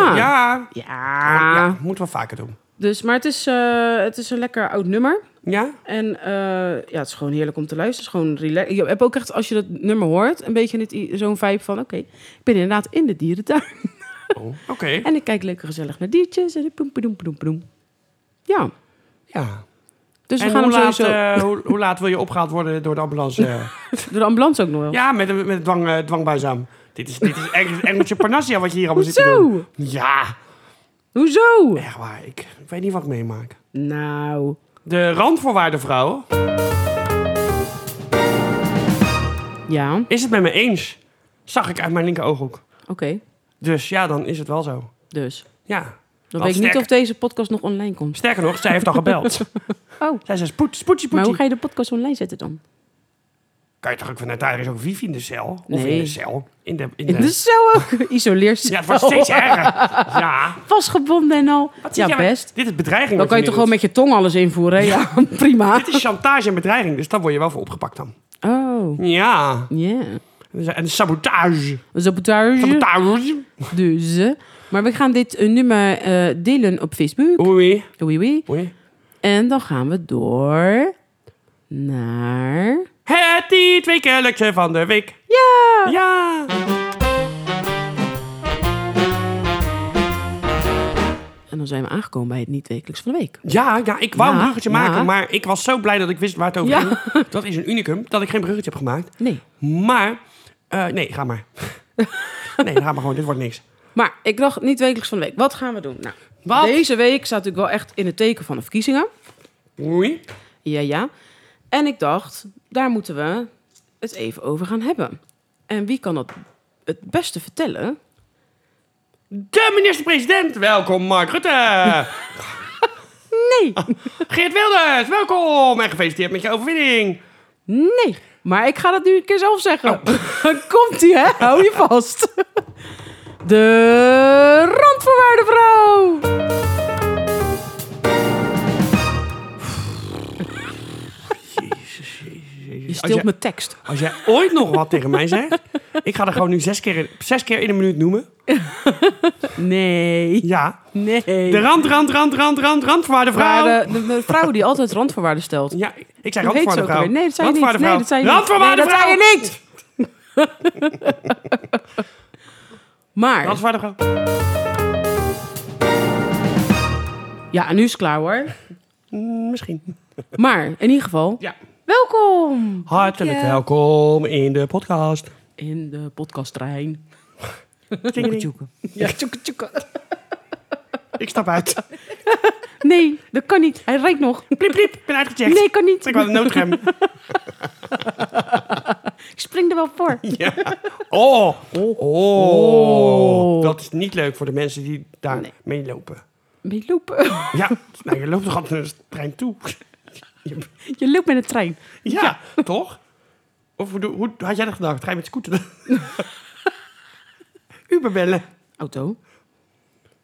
goed zo. Ja. Oh, Ja. ja. Moeten we vaker doen. Dus, maar het is, eh, het is een lekker oud nummer. Ja? En eh, ja, het is gewoon heerlijk om te luisteren. Het is gewoon relax. Je hebt ook echt, als je dat nummer hoort, een beetje dit i- zo'n vibe van... Oké, ik ben inderdaad in de dierentuin. Oh, Oké. En ik kijk lekker gezellig naar diertjes. En poem, poem, poem, poem. Ja, Ja. dus en we gaan hoe hem laat, sowieso... eh, hoe, hoe laat wil je opgehaald worden door de ambulance? eh? Door de ambulance ook nog wel. ja, met, een- met een dwang, eh, dwangbuizaam. Dit is, dit is Eng- Engelse Parnassia wat je hier allemaal zit te doen. Hoezo? Ja, Hoezo? echt waar. Ik, ik weet niet wat ik meemaak. Nou, De randvoorwaardenvrouw ja, oké. is het met me eens. Zag ik uit mijn linker ooghoek. Dus ja, dan is het wel zo. Dus, Ja. dan weet Wat ik niet sterker. of deze podcast nog online komt. Sterker nog, zij heeft al gebeld. Oh, zij zei spoed, spoedje, maar spoedje. hoe ga je de podcast online zetten dan? Kan je toch ook vanuit daar is ook wifi in de cel? Of in Nee. de cel? In de, in de... In de cel ook. Isoleer Ja, het wordt steeds erger. Ja. Vastgebonden en al. Wat zit Ja, jij Oh, met- best. Dit is bedreiging. Dan wat kan je nu toch gewoon doet. met je tong alles invoeren? Ja, prima. Dit is chantage en bedreiging, dus daar word je wel voor opgepakt dan. Oh, Ja. ja. En sabotage. Sabotage. Sabotage. Dus. eh, Maar we gaan dit eh, nummer eh, delen op Facebook. Oei. Oei, oei. Oei. En dan gaan we door naar... Het niet wekelijkse van de week. Ja! Ja! En dan zijn we aangekomen bij het niet-wekelijks van de week. Ja, ja, ik wou Ja, een bruggetje ja. maken, maar ik was zo blij dat ik wist waar het over Ja. ging. Dat is een unicum, dat ik geen bruggetje heb gemaakt. Nee. Maar, eh, nee, ga maar. nee, ga maar gewoon, dit wordt niks. Maar ik dacht niet-wekelijks van de week. Wat gaan we doen? Nou, Wat? Deze week staat natuurlijk wel echt in het teken van de verkiezingen. Oei. Ja, ja. En ik dacht, daar moeten we het even over gaan hebben. En wie kan dat het beste vertellen? De minister-president, welkom Mark Rutte. Nee. Geert Wilders, welkom en gefeliciteerd met je overwinning. Nee. Maar ik ga dat nu een keer zelf zeggen. Oh. Komt ie, hè? Hou je vast. De randvoorwaardenvrouw. Jezus, jezus, Je jezus. Als, stilt jij, mijn tekst. als jij ooit nog wat tegen mij zegt, ik ga er gewoon nu zes keer, in- zes keer in een minuut noemen. Nee. Ja. Nee. De rand, rand, rand, rand, rand, randvoorwaardenvrouw. Maar de, de, de vrouw die altijd randvoorwaarden stelt. Ja, ik zei Hoe heet ze ook randvoorwaardenvrouw. alweer? Nee, dat zei je niet. Randvoorwaardenvrouw. Nee, dat zei je niet. Randvoorwaardenvrouw. Nee, dat zei je niet. Maar, Randvoorwaardenvrouw. ja, en nu is het klaar hoor. Mm, Misschien. Maar, in ieder geval, Ja. welkom Hartelijk Dank je. welkom in de podcast. in de podcasttrein. Tjingeling. Ja, tjoeka, tjoeka. Ik stap uit. Nee, dat kan niet. Hij rijdt nog. Pliep, pliep. Ik ben uitgecheckt. Nee, kan niet. Ik had een noodrem. Ik spring er wel voor. Ja. Oh. oh. Oh. Dat is niet leuk voor de mensen die daar Nee. meelopen. Je loopt, Ja, nou, je loopt toch altijd naar de trein toe? Ja, je loopt met een trein. toch? Of hoe, doe- hoe had jij dat gedacht? Trein met scooter? Uber bellen. Auto.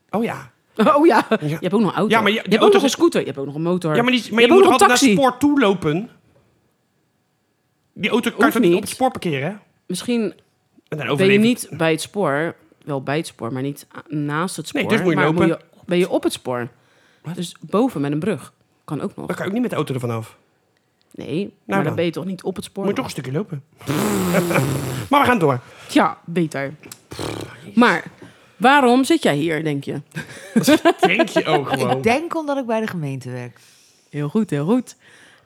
Oh ja. Oh ja. je hebt ook nog een auto. Ja, maar je- je, de hebt ook auto nog een is- scooter. Je hebt ook nog een motor. Ja, maar, die, maar je je, hebt moet ook toch nog een altijd naar taxi. het spoor toe lopen? Die auto kan Hoeft toch niet op niet. het spoor parkeren? hè? Misschien En dan ben je overleven. niet bij het spoor, wel bij het spoor, maar niet a- naast het spoor. Nee, dus moet je maar lopen. ben je op het spoor. Dus boven met een brug. Kan ook nog. Dan kan je ook niet met de auto ervan af. Nee, maar Nou dan. dan ben je toch niet op het spoor. Moet je toch een stukje lopen. maar we gaan door. Ja, beter. Maar waarom zit jij hier, denk je? Denk je ook Ik oh, gewoon. denk omdat ik bij de gemeente werk. Heel goed, heel goed.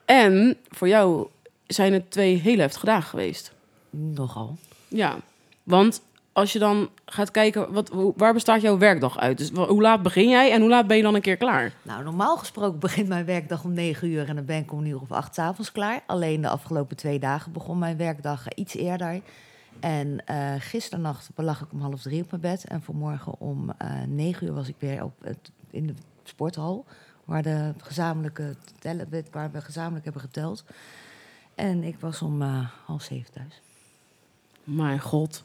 En voor jou zijn het twee hele heftige dagen geweest. Nogal. Ja, want als je dan gaat kijken, wat, hoe- waar bestaat jouw werkdag uit? Dus wa- hoe laat begin jij en hoe laat ben je dan een keer klaar? Nou, normaal gesproken begint mijn werkdag om 9 uur en dan ben ik om een uur of acht 's avonds klaar. Alleen de afgelopen twee dagen begon mijn werkdag eh, iets eerder. En eh gisternacht lag ik om half drie op mijn bed. En vanmorgen om eh 9 uur was ik weer op het, in de sporthal. Waar, de gezamenlijke tellen, waar we gezamenlijk hebben geteld. En ik was om eh, half zeven thuis. Mijn god.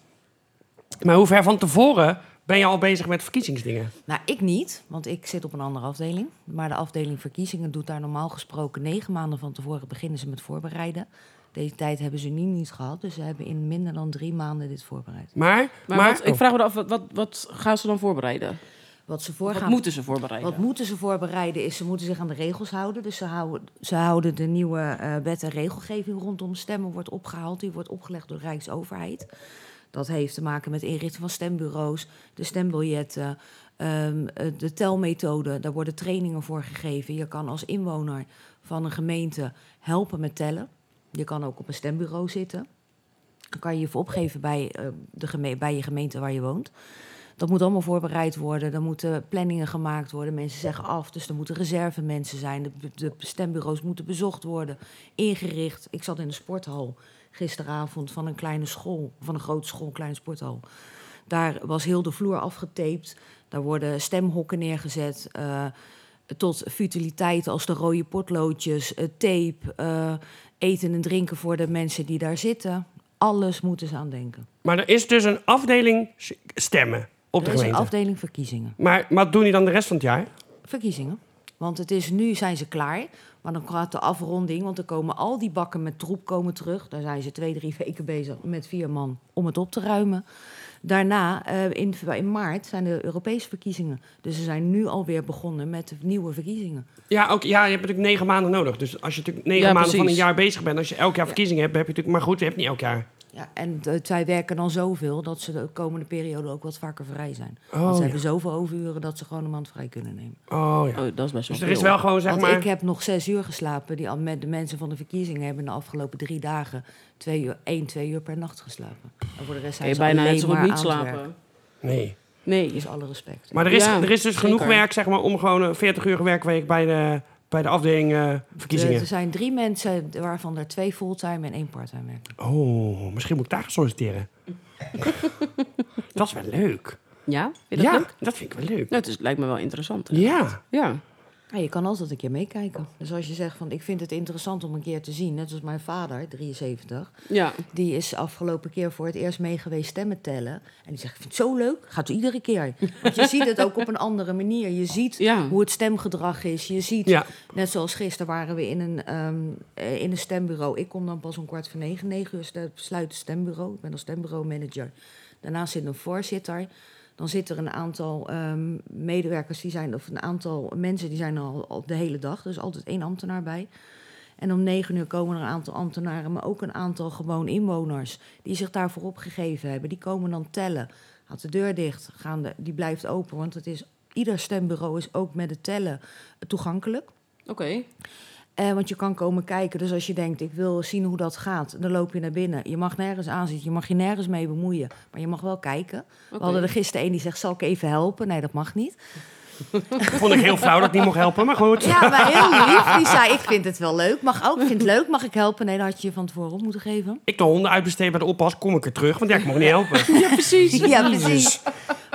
Maar hoe ver van tevoren ben je al bezig met verkiezingsdingen? Nou, ik niet, want ik zit op een andere afdeling. Maar de afdeling verkiezingen doet daar normaal gesproken negen maanden van tevoren beginnen ze met voorbereiden. Deze tijd hebben ze nu niet gehad, dus ze hebben in minder dan drie maanden dit voorbereid. Maar, Maar, wat, ik vraag me af, wat, wat, wat gaan ze dan voorbereiden? Wat ze voor Wat gaan moeten ze voorbereiden? Wat moeten ze voorbereiden is, ze moeten zich aan de regels houden. Dus ze houden, ze houden de nieuwe eh, wet en regelgeving rondom stemmen wordt opgehaald. Die wordt opgelegd door de Rijksoverheid. Dat heeft te maken met inrichten van stembureaus, de stembiljetten, ehm, eh, de telmethode. Daar worden trainingen voor gegeven. Je kan als inwoner van een gemeente helpen met tellen. Je kan ook op een stembureau zitten. Dan kan je je voor opgeven bij, eh, de geme- bij je gemeente waar je woont. Dat moet allemaal voorbereid worden. Er moeten planningen gemaakt worden. Mensen zeggen af. Dus er moeten reserve mensen zijn. De, de stembureaus moeten bezocht worden. Ingericht. Ik zat in de sporthal gisteravond van een kleine school. Van een grote school, een kleine sporthal. Daar was heel de vloer afgetaped. Daar worden stemhokken neergezet. eh, tot futiliteiten als de rode potloodjes, eh, tape, eh, eten en drinken voor de mensen die daar zitten. Alles moeten ze aan denken. maar er is dus een afdeling s- stemmen op de Er is een gemeente. afdeling verkiezingen. Maar maar wat doen die dan de rest van het jaar? verkiezingen. Want het is nu zijn ze klaar, maar dan gaat de afronding, want er komen al die bakken met troep komen terug. Daar zijn ze twee, drie weken bezig met vier man om het op te ruimen. Daarna, eh, in, in maart, zijn de Europese verkiezingen. Dus ze zijn nu alweer begonnen met de nieuwe verkiezingen. Ja, ook, ja, je hebt natuurlijk negen maanden nodig. Dus als je natuurlijk negen Ja, maanden van een precies. jaar bezig bent, als je elk jaar verkiezingen hebt, heb je natuurlijk. Maar goed, je hebt niet elk jaar. Ja, en eh, zij werken dan zoveel dat ze de komende periode ook wat vaker vrij zijn. Oh, Want ja. ze hebben zoveel overuren dat ze gewoon een maand vrij kunnen nemen. Oh ja. Oh, dat is best wel Dus er is veel. wel gewoon, zeg Want maar... ik heb nog zes uur geslapen. Die, al met de mensen van de verkiezingen hebben de afgelopen drie dagen twee uur, één, twee uur per nacht geslapen. En voor de rest Kan zijn je ze bijna net alleen zo goed maar niet aan het slapen. werk. Nee. Nee. Dus alle respect. Maar er is, Ja, er is dus genoeg zeker. werk, zeg maar, om gewoon een 40 uur werkweek bij de, bij de afdeling eh, Eh, verkiezingen. er zijn drie mensen waarvan er twee fulltime en één parttime werken. Oh, misschien moet ik daar gaan solliciteren. dat is wel leuk. Ja? Vind je dat ja, leuk? dat vind ik wel leuk. Nou, het is, lijkt me wel interessant. Ja. Ja. Ja, je kan altijd een keer meekijken. Dus als je zegt van ik vind het interessant om een keer te zien, net als mijn vader, 73, Ja. die is afgelopen keer voor het eerst mee geweest stemmen tellen. En die zegt, ik vind het zo leuk, gaat u iedere keer. Want je ziet het ook op een andere manier. Je ziet Ja. hoe het stemgedrag is. Je ziet, Ja. net zoals gisteren waren we in een, ehm, eh, in een stembureau. Ik kom dan pas om kwart voor negen, negen uur ste- sluit het stembureau. Ik ben als stembureaumanager. Daarnaast zit een voorzitter. Dan zit er een aantal ehm, medewerkers, die zijn, of een aantal mensen, die zijn al, al de hele dag. Dus altijd één ambtenaar bij. En om negen uur komen er een aantal ambtenaren, maar ook een aantal gewoon inwoners die zich daarvoor opgegeven hebben. Die komen dan tellen. Gaat de deur dicht, gaan de, die blijft open, want het is, ieder stembureau is ook met het tellen toegankelijk. Oké. Eh, want je kan komen kijken. Dus als je denkt, ik wil zien hoe dat gaat, dan loop je naar binnen. Je mag nergens aanzitten, je mag je nergens mee bemoeien. Maar je mag wel kijken. We Oké. hadden er gisteren een die zegt, zal ik even helpen? Nee, dat mag niet. Vond ik heel flauw dat ik niet mocht helpen, maar goed. Ja, maar heel lief. Die zei, ik vind het wel leuk. Mag ook, ik vind het leuk. Mag ik helpen? Nee, dat had je je van tevoren op moeten geven. Ik de honden uitbesteed bij de oppas, kom ik er terug, want ja, ik mocht niet helpen. Ja, precies. Ja, precies.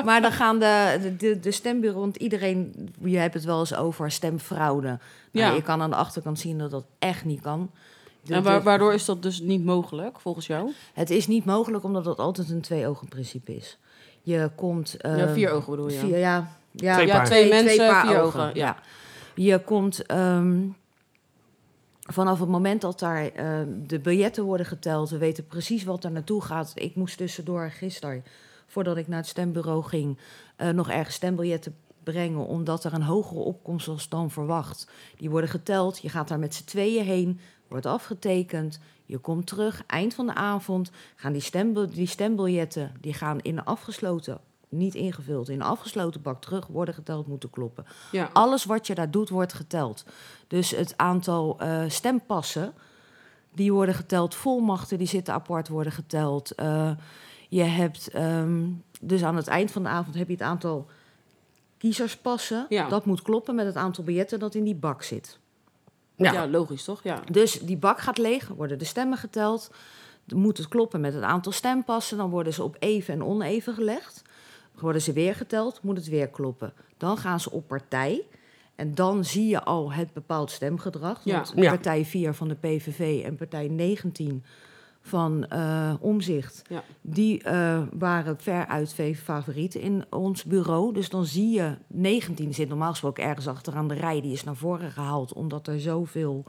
Maar dan gaan de, de, de stembureau, want iedereen, je hebt het wel eens over stemfraude. Nou, Ja. Je kan aan de achterkant zien dat dat echt niet kan. De- En wa- de- waardoor is dat dus niet mogelijk, volgens jou? het is niet mogelijk omdat dat altijd een twee-ogen-principe is. Je komt. eh, ja, vier ogen bedoel je? vier- ja, ja, Twee ja, paar. twee, twee mensen, paar vier ogen. ogen, Ja. Je komt ehm, vanaf het moment dat daar ehm, de biljetten worden geteld. We weten precies wat er naartoe gaat. Ik moest tussendoor gisteren, voordat ik naar het stembureau ging, eh, nog ergens stembiljetten brengen. Omdat er een hogere opkomst was dan verwacht. Die worden geteld. Je gaat daar met z'n tweeën heen. Wordt afgetekend. Je komt terug. Eind van de avond gaan die, stembil die stembiljetten die gaan in een afgesloten, niet ingevuld, in een afgesloten bak terug. Worden geteld, moeten kloppen. ja. Alles wat je daar doet, wordt geteld. Dus het aantal eh, stempassen, die worden geteld. Volmachten, die zitten apart, worden geteld. Eh, je hebt, ehm, dus aan het eind van de avond heb je het aantal kiezerspassen. Ja. Dat moet kloppen met het aantal biljetten dat in die bak zit. Ja. Ja. logisch toch? Ja. Dus die bak gaat leeg, worden de stemmen geteld. Dan moet het kloppen met het aantal stempassen. Dan worden ze op even en oneven gelegd. Worden ze weer geteld, moet het weer kloppen. Dan gaan ze op partij. En dan zie je al het bepaald stemgedrag. Ja. Want Ja. partij 4 van de PVV en partij 19 van eh Omzicht... Ja. die eh, waren veruit ve- favorieten in ons bureau. Dus dan zie je... 19 zit normaal gesproken ergens achteraan de rij. Die is naar voren gehaald omdat er zoveel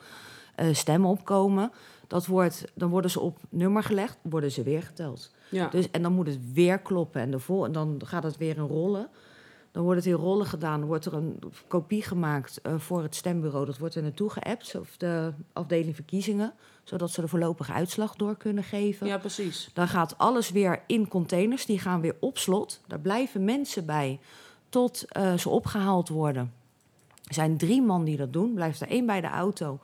eh, stemmen opkomen. Dat wordt, dan worden ze op nummer gelegd, worden ze weer geteld. ja. Dus, en dan moet het weer kloppen en, de vol- en dan gaat het weer in rollen. Dan wordt het in rollen gedaan, dan wordt er een kopie gemaakt eh, voor het stembureau. Dat wordt er naartoe geappt, of de afdeling verkiezingen, zodat ze de voorlopige uitslag door kunnen geven. ja, precies. Dus Dan gaat alles weer in containers, die gaan weer op slot. Daar blijven mensen bij tot eh, ze opgehaald worden. Er zijn drie man die dat doen. Blijft er één bij de auto,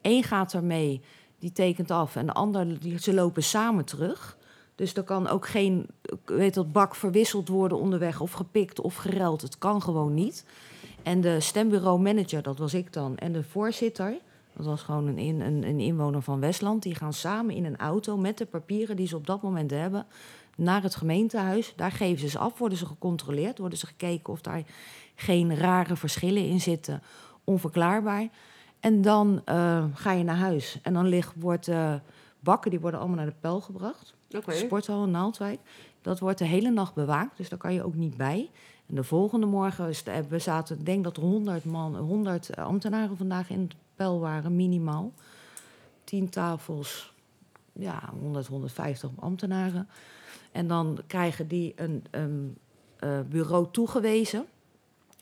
één gaat er mee, die tekent af. En de ander, die, ze lopen samen terug. Dus er kan ook geen eh, weet dat, bak verwisseld worden onderweg of gepikt of gereld. Het kan gewoon niet. En de stembureau-manager, dat was ik dan, en de voorzitter... Dat was gewoon een, in, een, een inwoner van Westland. Die gaan samen in een auto met de papieren die ze op dat moment hebben naar het gemeentehuis. Daar geven ze ze af, worden ze gecontroleerd, worden ze gekeken of daar geen rare verschillen in zitten, onverklaarbaar. En dan eh, ga je naar huis. En dan ligt, wordt, eh, bakken die worden allemaal naar de pijl gebracht. Oké. Sporthal in Naaldwijk. Dat wordt de hele nacht bewaakt, dus daar kan je ook niet bij. En de volgende morgen, is de- we zaten, ik denk dat er 100 man, 100 ambtenaren vandaag in het pijl waren, minimaal. 10 tafels, ja, 100, 150 ambtenaren. En dan krijgen die een, een eh, bureau toegewezen.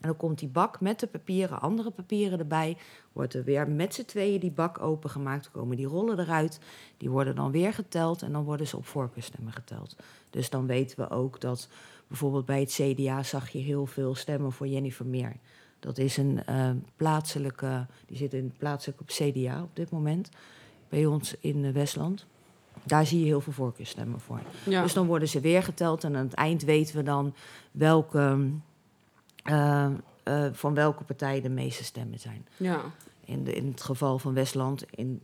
En dan komt die bak met de papieren, andere papieren erbij. Wordt er weer met z'n tweeën die bak opengemaakt. Dan komen die rollen eruit. Die worden dan weer geteld en dan worden ze op voorkeurstemmen geteld. Dus dan weten we ook dat bijvoorbeeld bij het CDA zag je heel veel stemmen voor Jennifer Meer. Dat is een eh, plaatselijke, die zit in, plaatselijk op CDA op dit moment. Bij ons in eh, Westland. Daar zie je heel veel voorkeurstemmen voor. Ja. Dus dan worden ze weer geteld en aan het eind weten we dan welke, eh, eh, van welke partij de meeste stemmen zijn. ja. In, de- in het geval van Westland in,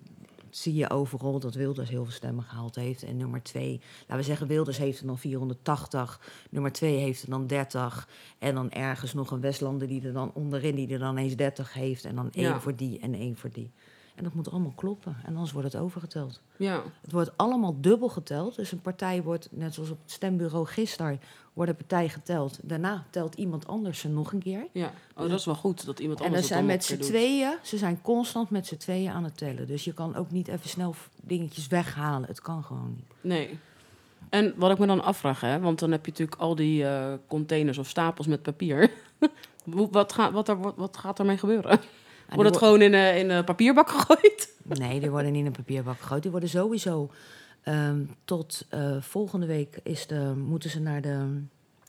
zie je overal dat Wilders heel veel stemmen gehaald heeft. En nummer twee, laten we zeggen, Wilders heeft er dan 480, nummer twee heeft er dan 30. En dan ergens nog een Westlander die er dan onderin, die er dan eens 30 heeft. En dan één Ja. voor die en één voor die. En dat moet allemaal kloppen, en anders wordt het overgeteld. ja. Het wordt allemaal dubbel geteld. Dus een partij wordt, net zoals op het stembureau gisteren, wordt een partij geteld. Daarna telt iemand anders ze nog een keer. Ja, oh, dat is wel goed dat iemand en anders dat dan zijn nog met een z'n keer doet. tweeën, ze zijn constant met z'n tweeën aan het tellen. Dus je kan ook niet even snel f- dingetjes weghalen. Het kan gewoon niet. Nee. En wat ik me dan afvraag, hè, want dan heb je natuurlijk al die eh, containers of stapels met papier. Hoe- wat, gaat wat, er, wat, wat gaat ermee gebeuren? En Wordt die het gewoon in een in een papierbak gegooid? wo- Nee, die worden niet in een papierbak gegooid. Die worden sowieso ehm, tot eh, volgende week is de, moeten ze naar de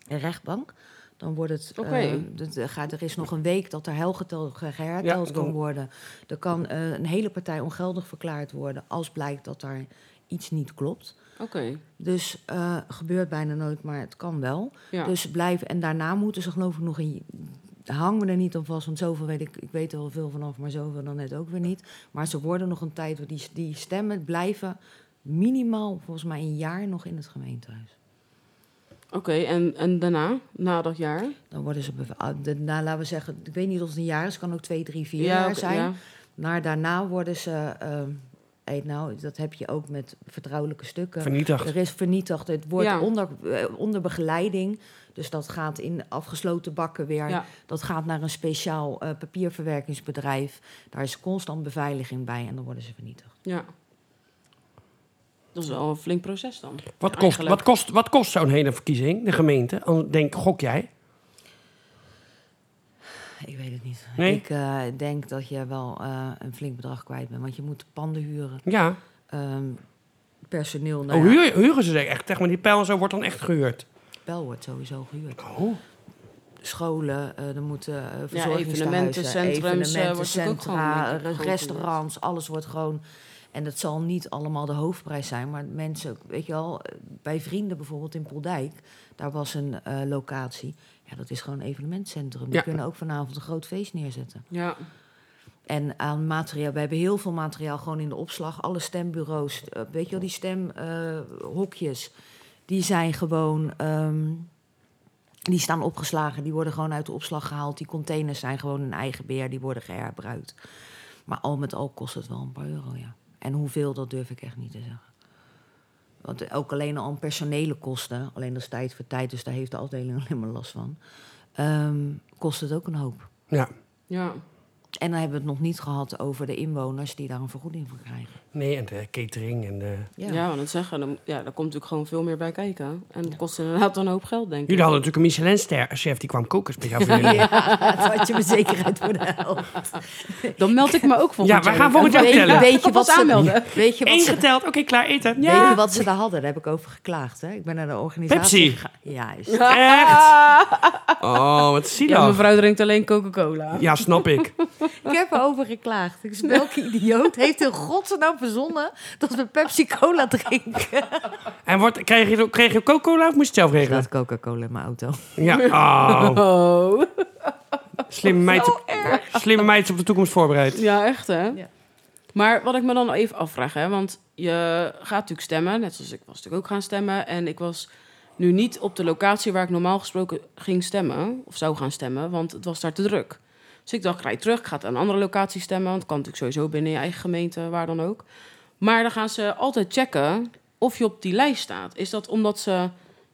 rechtbank. Dan wordt het. Oké. eh, dat- dat gaat, er is nog een week dat er helgeteld geherteld Ja, kan dan- worden. Er kan eh, een hele partij ongeldig verklaard worden als blijkt dat daar iets niet klopt. Oké, Dus eh, gebeurt bijna nooit, maar het kan wel. ja. Dus blijven. En daarna moeten ze geloof ik nog een. Hang me er niet aan vast, want zoveel weet ik. Ik weet er wel veel vanaf, maar zoveel dan net ook weer niet. Maar ze worden nog een tijd. want Die, die stemmen blijven minimaal volgens mij een jaar nog in het gemeentehuis. Oké, en, en daarna, na dat jaar? Dan worden ze. beva- ah, de- Nou, laten we zeggen, ik weet niet of het een jaar is, het kan ook twee, drie, vier ja, jaar oké, zijn. ja. Maar daarna worden ze. ehm, hey, nou, dat heb je ook met vertrouwelijke stukken. Vernietigd. Er is vernietigd. Het wordt Ja. onder, eh, onder begeleiding. Dus dat gaat in afgesloten bakken weer. Ja. Dat gaat naar een speciaal eh, papierverwerkingsbedrijf. Daar is constant beveiliging bij en dan worden ze vernietigd. ja. Dat is wel een flink proces dan. Wat kost, Eigenlijk. wat kost, wat kost zo'n hele verkiezing, de gemeente? An- Denk, gok jij? Ik weet het niet. Nee? Ik eh, denk dat je wel eh, een flink bedrag kwijt bent. Want je moet panden huren, Ja. ehm, personeel. oh, Nou ja, huur- huren ze zich echt? Zeg maar, die pijl en zo wordt dan echt gehuurd. Pel wordt sowieso gehuurd. Oh. scholen, eh er moeten eh, verzorgingshuizen, evenementencentrums, eh, wordt natuurlijk ook gewoon, evenementencentra, denk ik, gewoon restaurants, alles wordt gewoon... En dat zal niet allemaal de hoofdprijs zijn, maar mensen, weet je wel, eh, bij vrienden bijvoorbeeld in Poldijk, daar was een eh, locatie. Ja, dat is gewoon een evenementcentrum. Die Ja. kunnen ook vanavond een groot feest neerzetten. Ja, En aan materiaal, we hebben heel veel materiaal gewoon in de opslag. Alle stembureaus, eh, weet je wel, die stemhokjes, die zijn gewoon, ehm, die staan opgeslagen. Die worden gewoon uit de opslag gehaald. Die containers zijn gewoon een eigen beheer, die worden geherbruikt. Maar al met al kost het wel een paar euro, ja. En hoeveel, dat durf ik echt niet te zeggen. Want ook alleen al aan personele kosten, alleen dat is tijd voor tijd, dus daar heeft de afdeling alleen maar last van, ehm, kost het ook een hoop. Ja. ja. En dan hebben we het nog niet gehad over de inwoners die daar een vergoeding voor krijgen. Nee, en de catering en de... Ja, want dat zeggen, dan, ja, daar komt natuurlijk gewoon veel meer bij kijken. En het kost inderdaad dan een hoop geld, denk ik. Jullie hadden natuurlijk een Michelin-chef die kwam koken speciaal voor jullie. Ja, dat had je met zekerheid voor de helft. Dan meld ik me ook volgend Ja, wij jaar gaan ook volgend aan. jaar Weet, tellen. weet je wat Alvast ze aanmelden. Weet je wat Eén ze, geteld, oké, klaar, eten. weet je Ja. wat ze daar hadden? Daar heb ik over geklaagd. Hè? Ik ben naar de organisatie Pepsi. gegaan. Juist. Echt? Oh, wat zielig. Ja, Ja, mevrouw drinkt alleen Coca-Cola. snap ik. Ik heb erover geklaagd. Dus welke idioot heeft in godsnaam verzonnen dat we Pepsi Cola drinken? En wordt, kreeg, je, kreeg je Coca-Cola of moest je het zelf Er regelen? staat Coca-Cola in mijn auto. Ja, oh. Oh. Slimme meid, op, slimme meid is op de toekomst voorbereid. Ja, echt hè? Ja. Maar wat ik me dan even afvraag, hè, want je gaat natuurlijk stemmen, net zoals ik was natuurlijk ook gaan stemmen. En ik was nu niet op de locatie waar ik normaal gesproken ging stemmen, of zou gaan stemmen, want het was daar te druk. Dus ik dacht, ik rijd terug, ik ga aan een andere locatie stemmen, want het kan natuurlijk sowieso binnen je eigen gemeente, waar dan ook. Maar dan gaan ze altijd checken of je op die lijst staat. Is dat omdat ze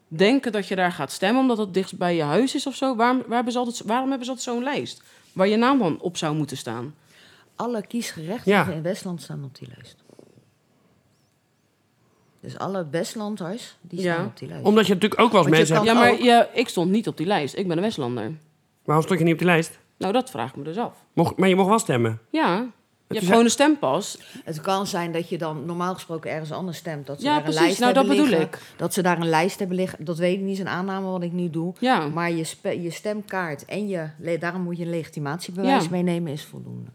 denken dat je daar gaat stemmen, omdat het dichtst bij je huis is of zo? Waarom, waar hebben ze altijd, waarom hebben ze altijd zo'n lijst waar je naam dan op zou moeten staan? Alle kiesgerechtigden Ja. in Westland staan op die lijst. Dus alle Westlanders, die Ja. staan op die lijst. Omdat je natuurlijk ook wel eens Want je mensen kan- hebt... Ja, maar ook. je, ik stond niet op die lijst. Ik ben een Westlander. Maar Waarom stond je niet op die lijst? Nou, dat vraag ik me dus af. Mocht, maar je mocht wel stemmen. Ja, Dus je hebt is- gewoon een stempas. Het kan zijn dat je dan normaal gesproken ergens anders stemt. Dat ze Ja, daar een precies. Lijst Nou, dat hebben bedoel liggen. Dat ze daar een lijst hebben liggen. Dat weet ik niet, is een aanname wat ik nu doe. Ja. Maar je, spe- je stemkaart en je... le- Daarom moet je een legitimatiebewijs Ja. meenemen, is voldoende.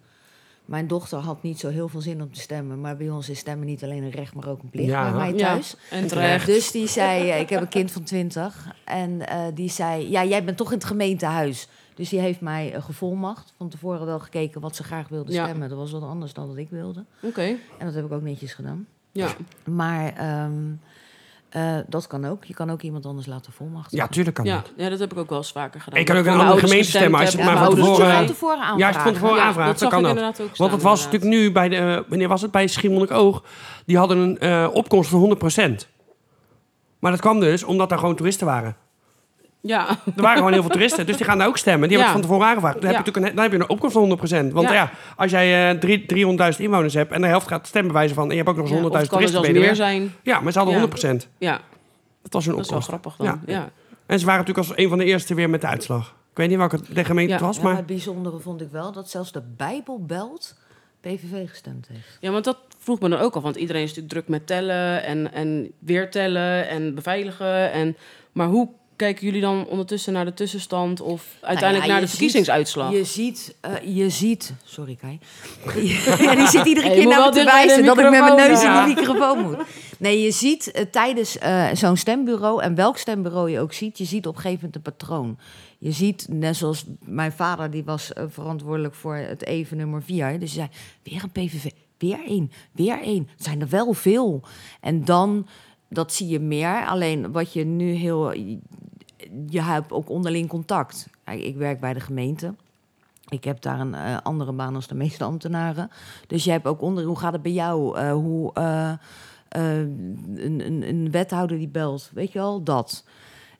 Mijn dochter had niet zo heel veel zin om te stemmen. Maar bij ons is stemmen niet alleen een recht, maar ook een plicht Ja. bij mij Ja, thuis. en terecht. Dus die zei, eh, ik heb een kind van 20. En eh, die zei, ja, jij bent toch in het gemeentehuis. Dus die heeft mij eh, gevolmacht. Van tevoren wel gekeken wat ze graag wilde Ja. stemmen. Dat was wat anders dan wat ik wilde. Oké, En dat heb ik ook netjes gedaan. ja. Maar ehm, eh, dat kan ook. Je kan ook iemand anders laten volmachten. Ja, tuurlijk kan ja. dat. Ja, dat heb ik ook wel eens vaker gedaan. Ik kan Dat ook voor een mijn andere ouders gemeente stemmen, als gestemd je het heb, maar maar ouders van tevoren- je erbij. van tevoren aanvragen. Ja, als je het van tevoren Ja, aanvraagt, dat dan zag kan ik dat. inderdaad ook staan, Want het was inderdaad. natuurlijk nu bij de... eh, Wanneer was het? Bij Schiermonnikoog. Die hadden een eh, opkomst van 100%. Maar dat kwam dus omdat er gewoon toeristen waren. Ja, Er waren gewoon heel veel toeristen, dus die gaan daar ook stemmen. Die Ja. hebben het van tevoren aangevraagd. Dan, Ja. heb je natuurlijk een, dan heb je een opkomst van 100%. Want Ja. ja, als jij eh, drie- 300.000 inwoners hebt en de helft gaat stemmen bij ze van... en je hebt ook nog Ja, eens of het 100.000 kan er toeristen zelfs bij je meer weer. zijn. Ja, maar ze hadden Ja. 100%. Ja, Dat was hun dat is wel opkomst. grappig dan. Ja. Ja. En ze waren natuurlijk als een van de eerste weer met de uitslag. Ik weet niet welke de gemeente Ja. het was, Ja, maar... maar het bijzondere vond ik wel dat zelfs de Bijbel belt PVV gestemd heeft. ja, want dat vroeg me dan ook al. Want iedereen is natuurlijk druk met tellen en, en weer tellen en beveiligen. En, maar hoe kijken jullie dan ondertussen naar de tussenstand of uiteindelijk Nou ja, naar je de verkiezingsuitslag? Ziet, je, ziet, eh, je ziet... Sorry, Kai. ja, die zit iedere Ja, je keer moet naar wel me te dicht bij de wijzen dat ik met mijn microfoon neus in blijven. de microfoon moet. Nee, je ziet eh, tijdens eh, zo'n stembureau... en welk stembureau je ook ziet, je ziet op een gegeven moment een patroon. Je ziet, net zoals mijn vader, die was eh, verantwoordelijk voor het even nummer vier. Dus hij zei, weer een PVV, weer één, weer één. Het zijn er wel veel. En dan, dat zie je meer. Alleen wat je nu heel... Je hebt ook onderling contact. Kijk, Ik werk bij de gemeente. Ik heb daar een eh, andere baan als de meeste ambtenaren. Dus jij hebt ook onder. Hoe gaat het bij jou? Eh, hoe eh, eh, een, een, een wethouder die belt, weet je wel, dat.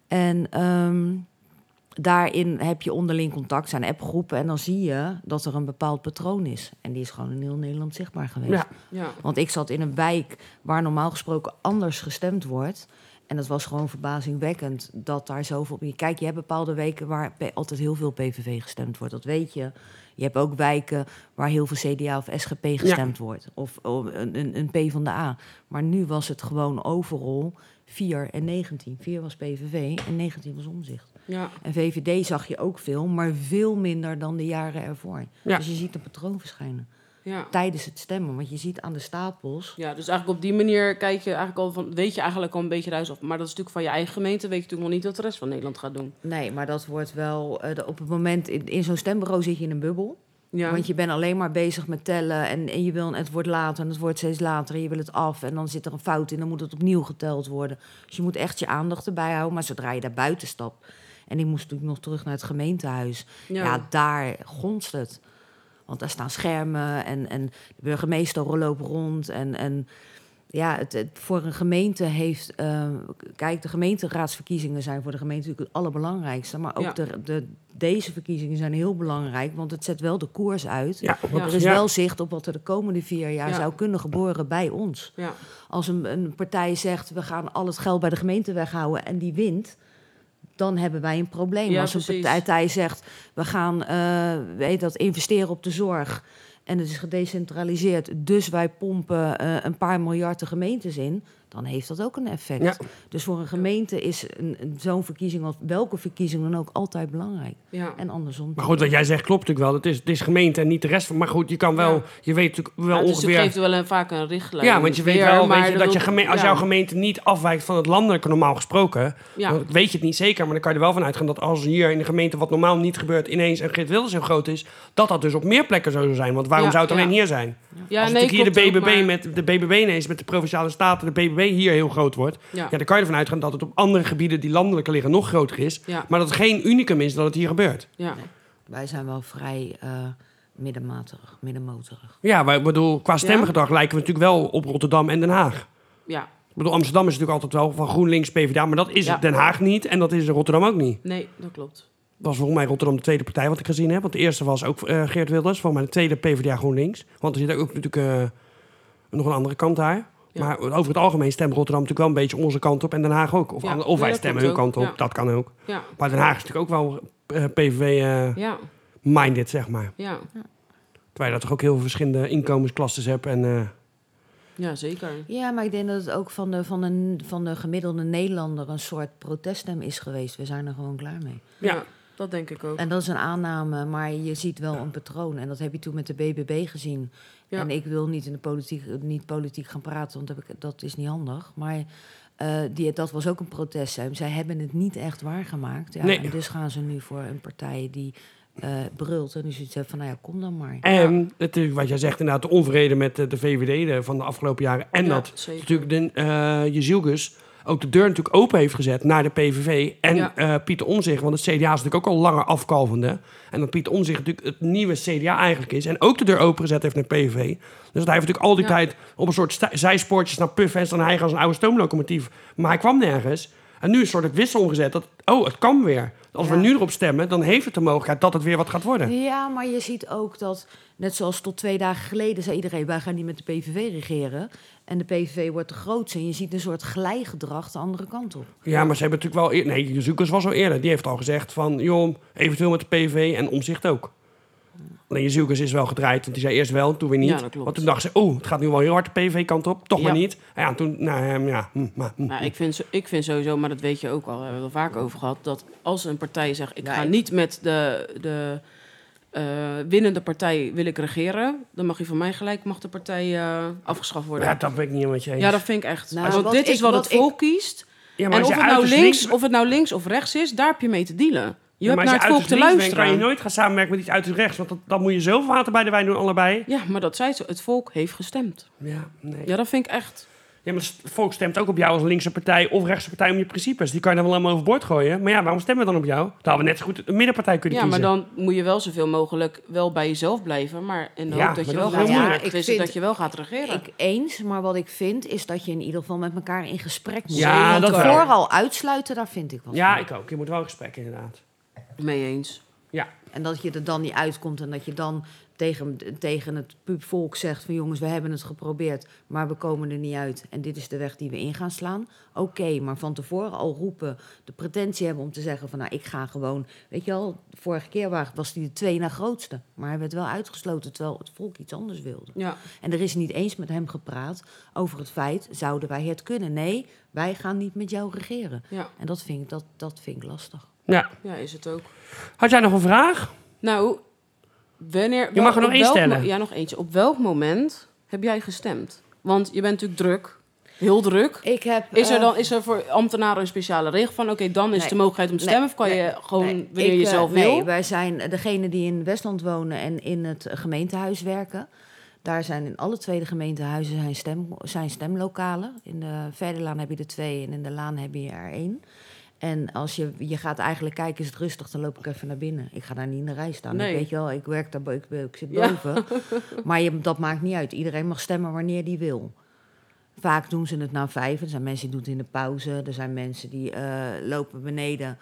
En ehm, daarin heb je onderling contact, zijn appgroepen. En dan zie je dat er een bepaald patroon is. En die is gewoon in heel Nederland zichtbaar geweest. Ja. Ja. Want ik zat in een wijk waar normaal gesproken anders gestemd wordt. En dat was gewoon verbazingwekkend dat daar zoveel... Kijk, je hebt bepaalde weken waar P- altijd heel veel PVV gestemd wordt. Dat weet je. Je hebt ook wijken waar heel veel CDA of SGP gestemd wordt. Of, of een, een, een P van de A. Maar nu was het gewoon overal 4 en 19. 4 was PVV en 19 was omzicht. Ja. En VVD zag je ook veel, maar veel minder dan de jaren ervoor. Ja. Dus je ziet een patroon verschijnen Ja. tijdens het stemmen. Want je ziet aan de stapels. Ja, dus eigenlijk op die manier kijk je eigenlijk al van, weet je eigenlijk al een beetje de huis af. Maar dat is natuurlijk van je eigen gemeente, weet je natuurlijk nog niet wat de rest van Nederland gaat doen. Nee, maar dat wordt wel. eh, de- op het moment. In, in zo'n stembureau zit je in een bubbel. Ja, Want je bent alleen maar bezig met tellen. En, en je wil, het wordt later en het wordt steeds later. En je wil het af. En dan zit er een fout in. Dan moet het opnieuw geteld worden. Dus je moet echt je aandacht erbij houden. Maar zodra je daar buiten stapt. En ik moest natuurlijk nog terug naar het gemeentehuis. Ja. Ja, daar gonst het. Want daar staan schermen en, en de burgemeester loopt rond. En, en ja, het, het voor een gemeente heeft. eh, kijk, de gemeenteraadsverkiezingen zijn voor de gemeente natuurlijk het allerbelangrijkste. Maar ook Ja. de, de, deze verkiezingen zijn heel belangrijk, want het zet wel de koers uit. Ja, Ja. Er is Ja. wel zicht op wat er de komende vier jaar Ja. zou kunnen geboren bij ons. ja. Als een, een partij zegt, we gaan al het geld bij de gemeente weghouden en die wint, dan hebben wij een probleem. Ja, Als een precies. partij zegt, we gaan eh, weet dat, investeren op de zorg en het is gedecentraliseerd, dus wij pompen eh, een paar miljard de gemeentes in, dan heeft dat ook een effect. Ja. Dus voor een gemeente is een, een- zo'n verkiezing, of welke verkiezing dan ook, altijd belangrijk. ja. En andersom. Maar goed, wat jij zegt klopt natuurlijk wel. Het is, het is gemeente en niet de rest van. Maar goed, je kan wel, Ja. je weet natuurlijk wel Ja, dus het ongeveer. geeft wel een, vaak een richtlijn. ja, want je weet weer, wel weet maar je, dat je wil- geme- Oh, als ja. jouw gemeente niet afwijkt van het landelijke normaal gesproken, Ja. dan weet je het niet zeker. Maar dan kan je er wel van uitgaan dat als hier in de gemeente wat normaal niet gebeurt, ineens een Geert Wilders heel groot is, dat dat dus op meer plekken zo zou zijn. Want waarom Ja, zou het alleen ja. hier zijn? Ja, als nee, natuurlijk hier de klopt ook, BBB, maar- met, de BBB ineens met de Provinciale Staten, de BBB hier heel groot wordt, Ja. ja. dan kan je ervan uitgaan dat het op andere gebieden die landelijk liggen nog groter is. Ja. Maar dat het geen unicum is dat het hier gebeurt. Ja. Wij zijn wel vrij eh, middenmatig, middenmotorig. Ja, maar ik bedoel, qua stemgedrag lijken we natuurlijk wel op Rotterdam en Den Haag. ja, Ik bedoel, Amsterdam is natuurlijk altijd wel van GroenLinks, PvdA, maar dat is Ja. het Den Haag niet en dat is Rotterdam ook niet. nee, dat klopt. Dat was volgens mij Rotterdam de tweede partij wat ik gezien heb. Want de eerste was ook eh, Geert Wilders, volgens mij de tweede PvdA GroenLinks. Want er zit ook natuurlijk eh, nog een andere kant daar. Ja. Maar over het algemeen stemt Rotterdam natuurlijk wel een beetje onze kant op en Den Haag ook. Of, Ja. aan- of Ja, wij dat stemmen hun klopt ook. kant op, Ja. dat kan ook. Ja, Maar Den Haag is natuurlijk ook wel eh, PVV-minded, Ja, zeg maar. ja, Terwijl je daar toch ook heel veel verschillende inkomensklasses hebt. En, eh, ja, zeker. Ja, maar ik denk dat het ook van de, van, de, van de gemiddelde Nederlander een soort proteststem is geweest. We zijn er gewoon klaar mee. Ja. dat denk ik ook. En dat is een aanname, maar je ziet wel een patroon. En dat heb je toen met de BBB gezien. Ja. En ik wil niet in de politiek, niet politiek gaan praten, want dat heb ik, dat is niet handig. Maar eh, die, dat was ook een proteststem. Zij hebben het niet echt waargemaakt. Ja, Nee. En dus gaan ze nu voor een partij die eh, brult. En dus iets heeft van, nou ja, kom dan maar. en natuurlijk Ehm, wat jij zegt, inderdaad, de onvrede met eh, de VVD de- van de afgelopen jaren. En Ja, dat zeker. natuurlijk de, eh Jezielgus ook de deur natuurlijk open heeft gezet naar de PVV en Ja. eh, Pieter Omzicht. Want het CDA is natuurlijk ook al langer afkalvende. En dat Pieter Omzicht natuurlijk het nieuwe CDA eigenlijk is. En ook de deur open gezet heeft naar PVV. Dus dat hij heeft natuurlijk al die Ja. tijd op een soort sta- zijspoortjes naar Puffens. En hij als een oude stoomlocomotief. Maar hij kwam nergens. En nu is soort het wissel omgezet. Dat, oh, het kan weer. Als we Ja. nu erop stemmen, dan heeft het de mogelijkheid dat het weer wat gaat worden. Ja, maar je ziet ook dat, net zoals tot twee dagen geleden, zei iedereen: wij gaan niet met de PVV regeren. En de PVV wordt de grootste. En je ziet een soort glijgedrag de andere kant op. Ja, maar ze hebben natuurlijk wel... eer- Nee, Jezus was al eerder. Die heeft al gezegd van... joh, eventueel met de PV en omzicht ook. Alleen Jezus is wel gedraaid. Want die zei eerst wel, toen weer niet. Ja, dat klopt. Want toen dacht ze... oh, het gaat nu wel heel hard de PV-kant op. Toch maar Ja. niet. En ja, toen... Nou, ehm, ja, hm, maar, hm. Maar Nou, ik vind, zo- ik vind sowieso, maar dat weet je ook al, hebben we het al vaak over gehad, dat als een partij zegt, ik Nee. ga niet met de, de eh, winnende partij wil ik regeren, dan mag je van mij gelijk, mag de partij eh, afgeschaft worden. ja, Ja, dat ben ik niet met je eens. dat vind ik echt. Nou, Want wat dit is ik- wat, wat het ik- volk kiest. Ja, en als of je het, nou uiterst links, links- of het nou links of rechts is, daar heb je mee te dealen. Je Ja, hebt maar als naar het volk uiterst te links bent, luisteren. kan je nooit gaan samenwerken met iets uit rechts. Want dat- dan moet je zoveel water bij de wijn doen, allebei. Ja, maar dat zei ze, het volk heeft gestemd. Ja, nee. Ja, dat vind ik echt. Ja, maar het volk stemt ook op jou als linkse partij of rechtse partij om je principes. Die kan je dan wel allemaal overboord gooien. Maar ja, waarom stemmen we dan op jou? Dan hadden we net zo goed een middenpartij kunnen Ja, maar kiezen. dan moet je wel zoveel mogelijk wel bij jezelf blijven, maar in de Ja, hoop dat maar je wel dat is gaat heel ja, moeilijk. het Ik is vind- dat je wel gaat regeren. Ik eens, maar wat ik vind is dat je in ieder geval met elkaar in gesprek moet. Ja, Want dat wel. vooral uitsluiten, daar vind ik wat Ja, van. ik ook. Je moet wel in gesprek, inderdaad. Mee eens. Ja, En dat je er dan niet uitkomt en dat je dan tegen, tegen het pu- volk zegt van jongens, we hebben het geprobeerd, maar we komen er niet uit. En dit is de weg die we in gaan slaan. Oké, maar van tevoren al roepen, de pretentie hebben om te zeggen van nou, ik ga gewoon, weet je wel, vorige keer wa- was hij de twee na grootste. Maar hij werd wel uitgesloten terwijl het volk iets anders wilde. Ja. En er is niet eens met hem gepraat over het feit, zouden wij het kunnen? Nee, wij gaan niet met jou regeren. Ja. En dat vind ik, dat, dat vind ik lastig. ja. ja, is het ook. Had jij nog een vraag? Nou, wanneer... Je mag er nog op één welk stellen. mo- Ja, nog eentje. Op welk moment heb jij gestemd? Want je bent natuurlijk druk. Heel druk. Ik heb, Is er eh, dan is er voor ambtenaren een speciale regel van... oké, dan is Nee. de mogelijkheid om te Nee. stemmen... of kan Nee. je gewoon Nee, wanneer ik, je eh, zelf nee, wil? wij zijn eh, degene die in Westland wonen en in het eh, gemeentehuis werken. Daar zijn in alle twee de gemeentehuizen zijn, stem, zijn stemlokalen. In de Verderlaan heb je er twee en in de Laan heb je er één. En als je, je gaat eigenlijk kijken, is het rustig, dan loop ik even naar binnen. Ik ga daar niet in de rij staan. Nee. Ik weet je wel, ik werk daar, bo- ik, ik zit Ja. boven. Maar je, dat maakt niet uit. Iedereen mag stemmen wanneer die wil. Vaak doen ze het na vijf. Er zijn mensen die doen het in de pauze. Er zijn mensen die eh, lopen beneden.